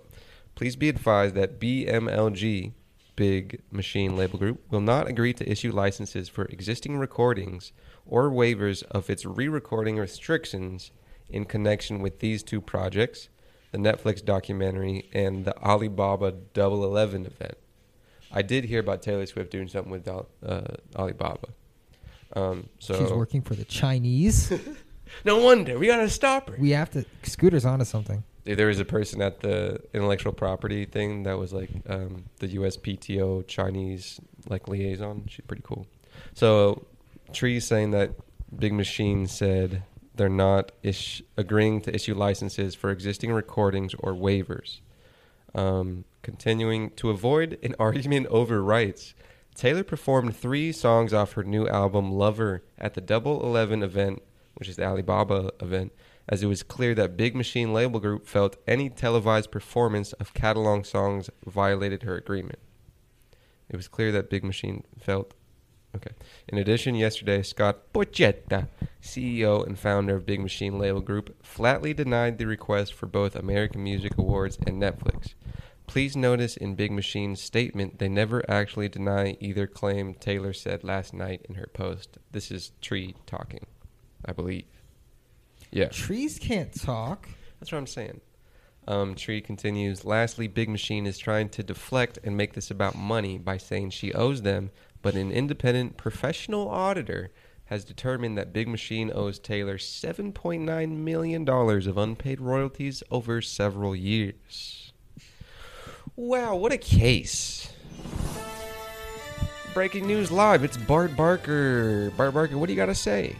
Speaker 2: Please be advised that BMLG Big Machine label group will not agree to issue licenses for existing recordings or waivers of its re recording restrictions in connection with these two projects the Netflix documentary and the Alibaba Double Eleven event. I did hear about Taylor Swift doing something with Al- uh, Alibaba. Um, so
Speaker 1: She's working for the Chinese.
Speaker 2: No wonder we gotta stop her.
Speaker 1: we have to. Scooter's onto something.
Speaker 2: Dude, there was a person at the intellectual property thing that was like um, the USPTO Chinese like liaison. She's pretty cool. So Tree's saying that Big Machine said they're not ish- agreeing to issue licenses for existing recordings or waivers. Um, continuing to avoid an argument over rights, Taylor performed three songs off her new album Lover at the Double Eleven event, which is the Alibaba event, as it was clear that Big Machine Label Group felt any televised performance of catalog songs violated her agreement. It was clear that Big Machine felt. Okay. In addition, yesterday, Scott Borchetta, CEO and founder of Big Machine Label Group, flatly denied the request for both American Music Awards and Netflix. Please notice in Big Machine's statement, they never actually deny either claim Taylor said last night in her post. This is Tree talking, I believe. Yeah.
Speaker 1: Trees can't talk.
Speaker 2: That's what I'm saying. Um, Tree continues. Lastly, Big Machine is trying to deflect and make this about money by saying she owes them, but an independent professional auditor has determined that Big Machine owes Taylor $7.9 million of unpaid royalties over several years. Wow, what a case. Breaking news live. It's Bart Barker. Bart Barker, what do you got to say?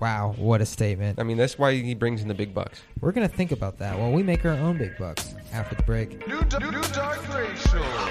Speaker 1: Wow, what a statement.
Speaker 2: I mean, that's why he brings in the big bucks.
Speaker 1: We're gonna think about that while we make our own big bucks after the break.
Speaker 3: New Dark Racial.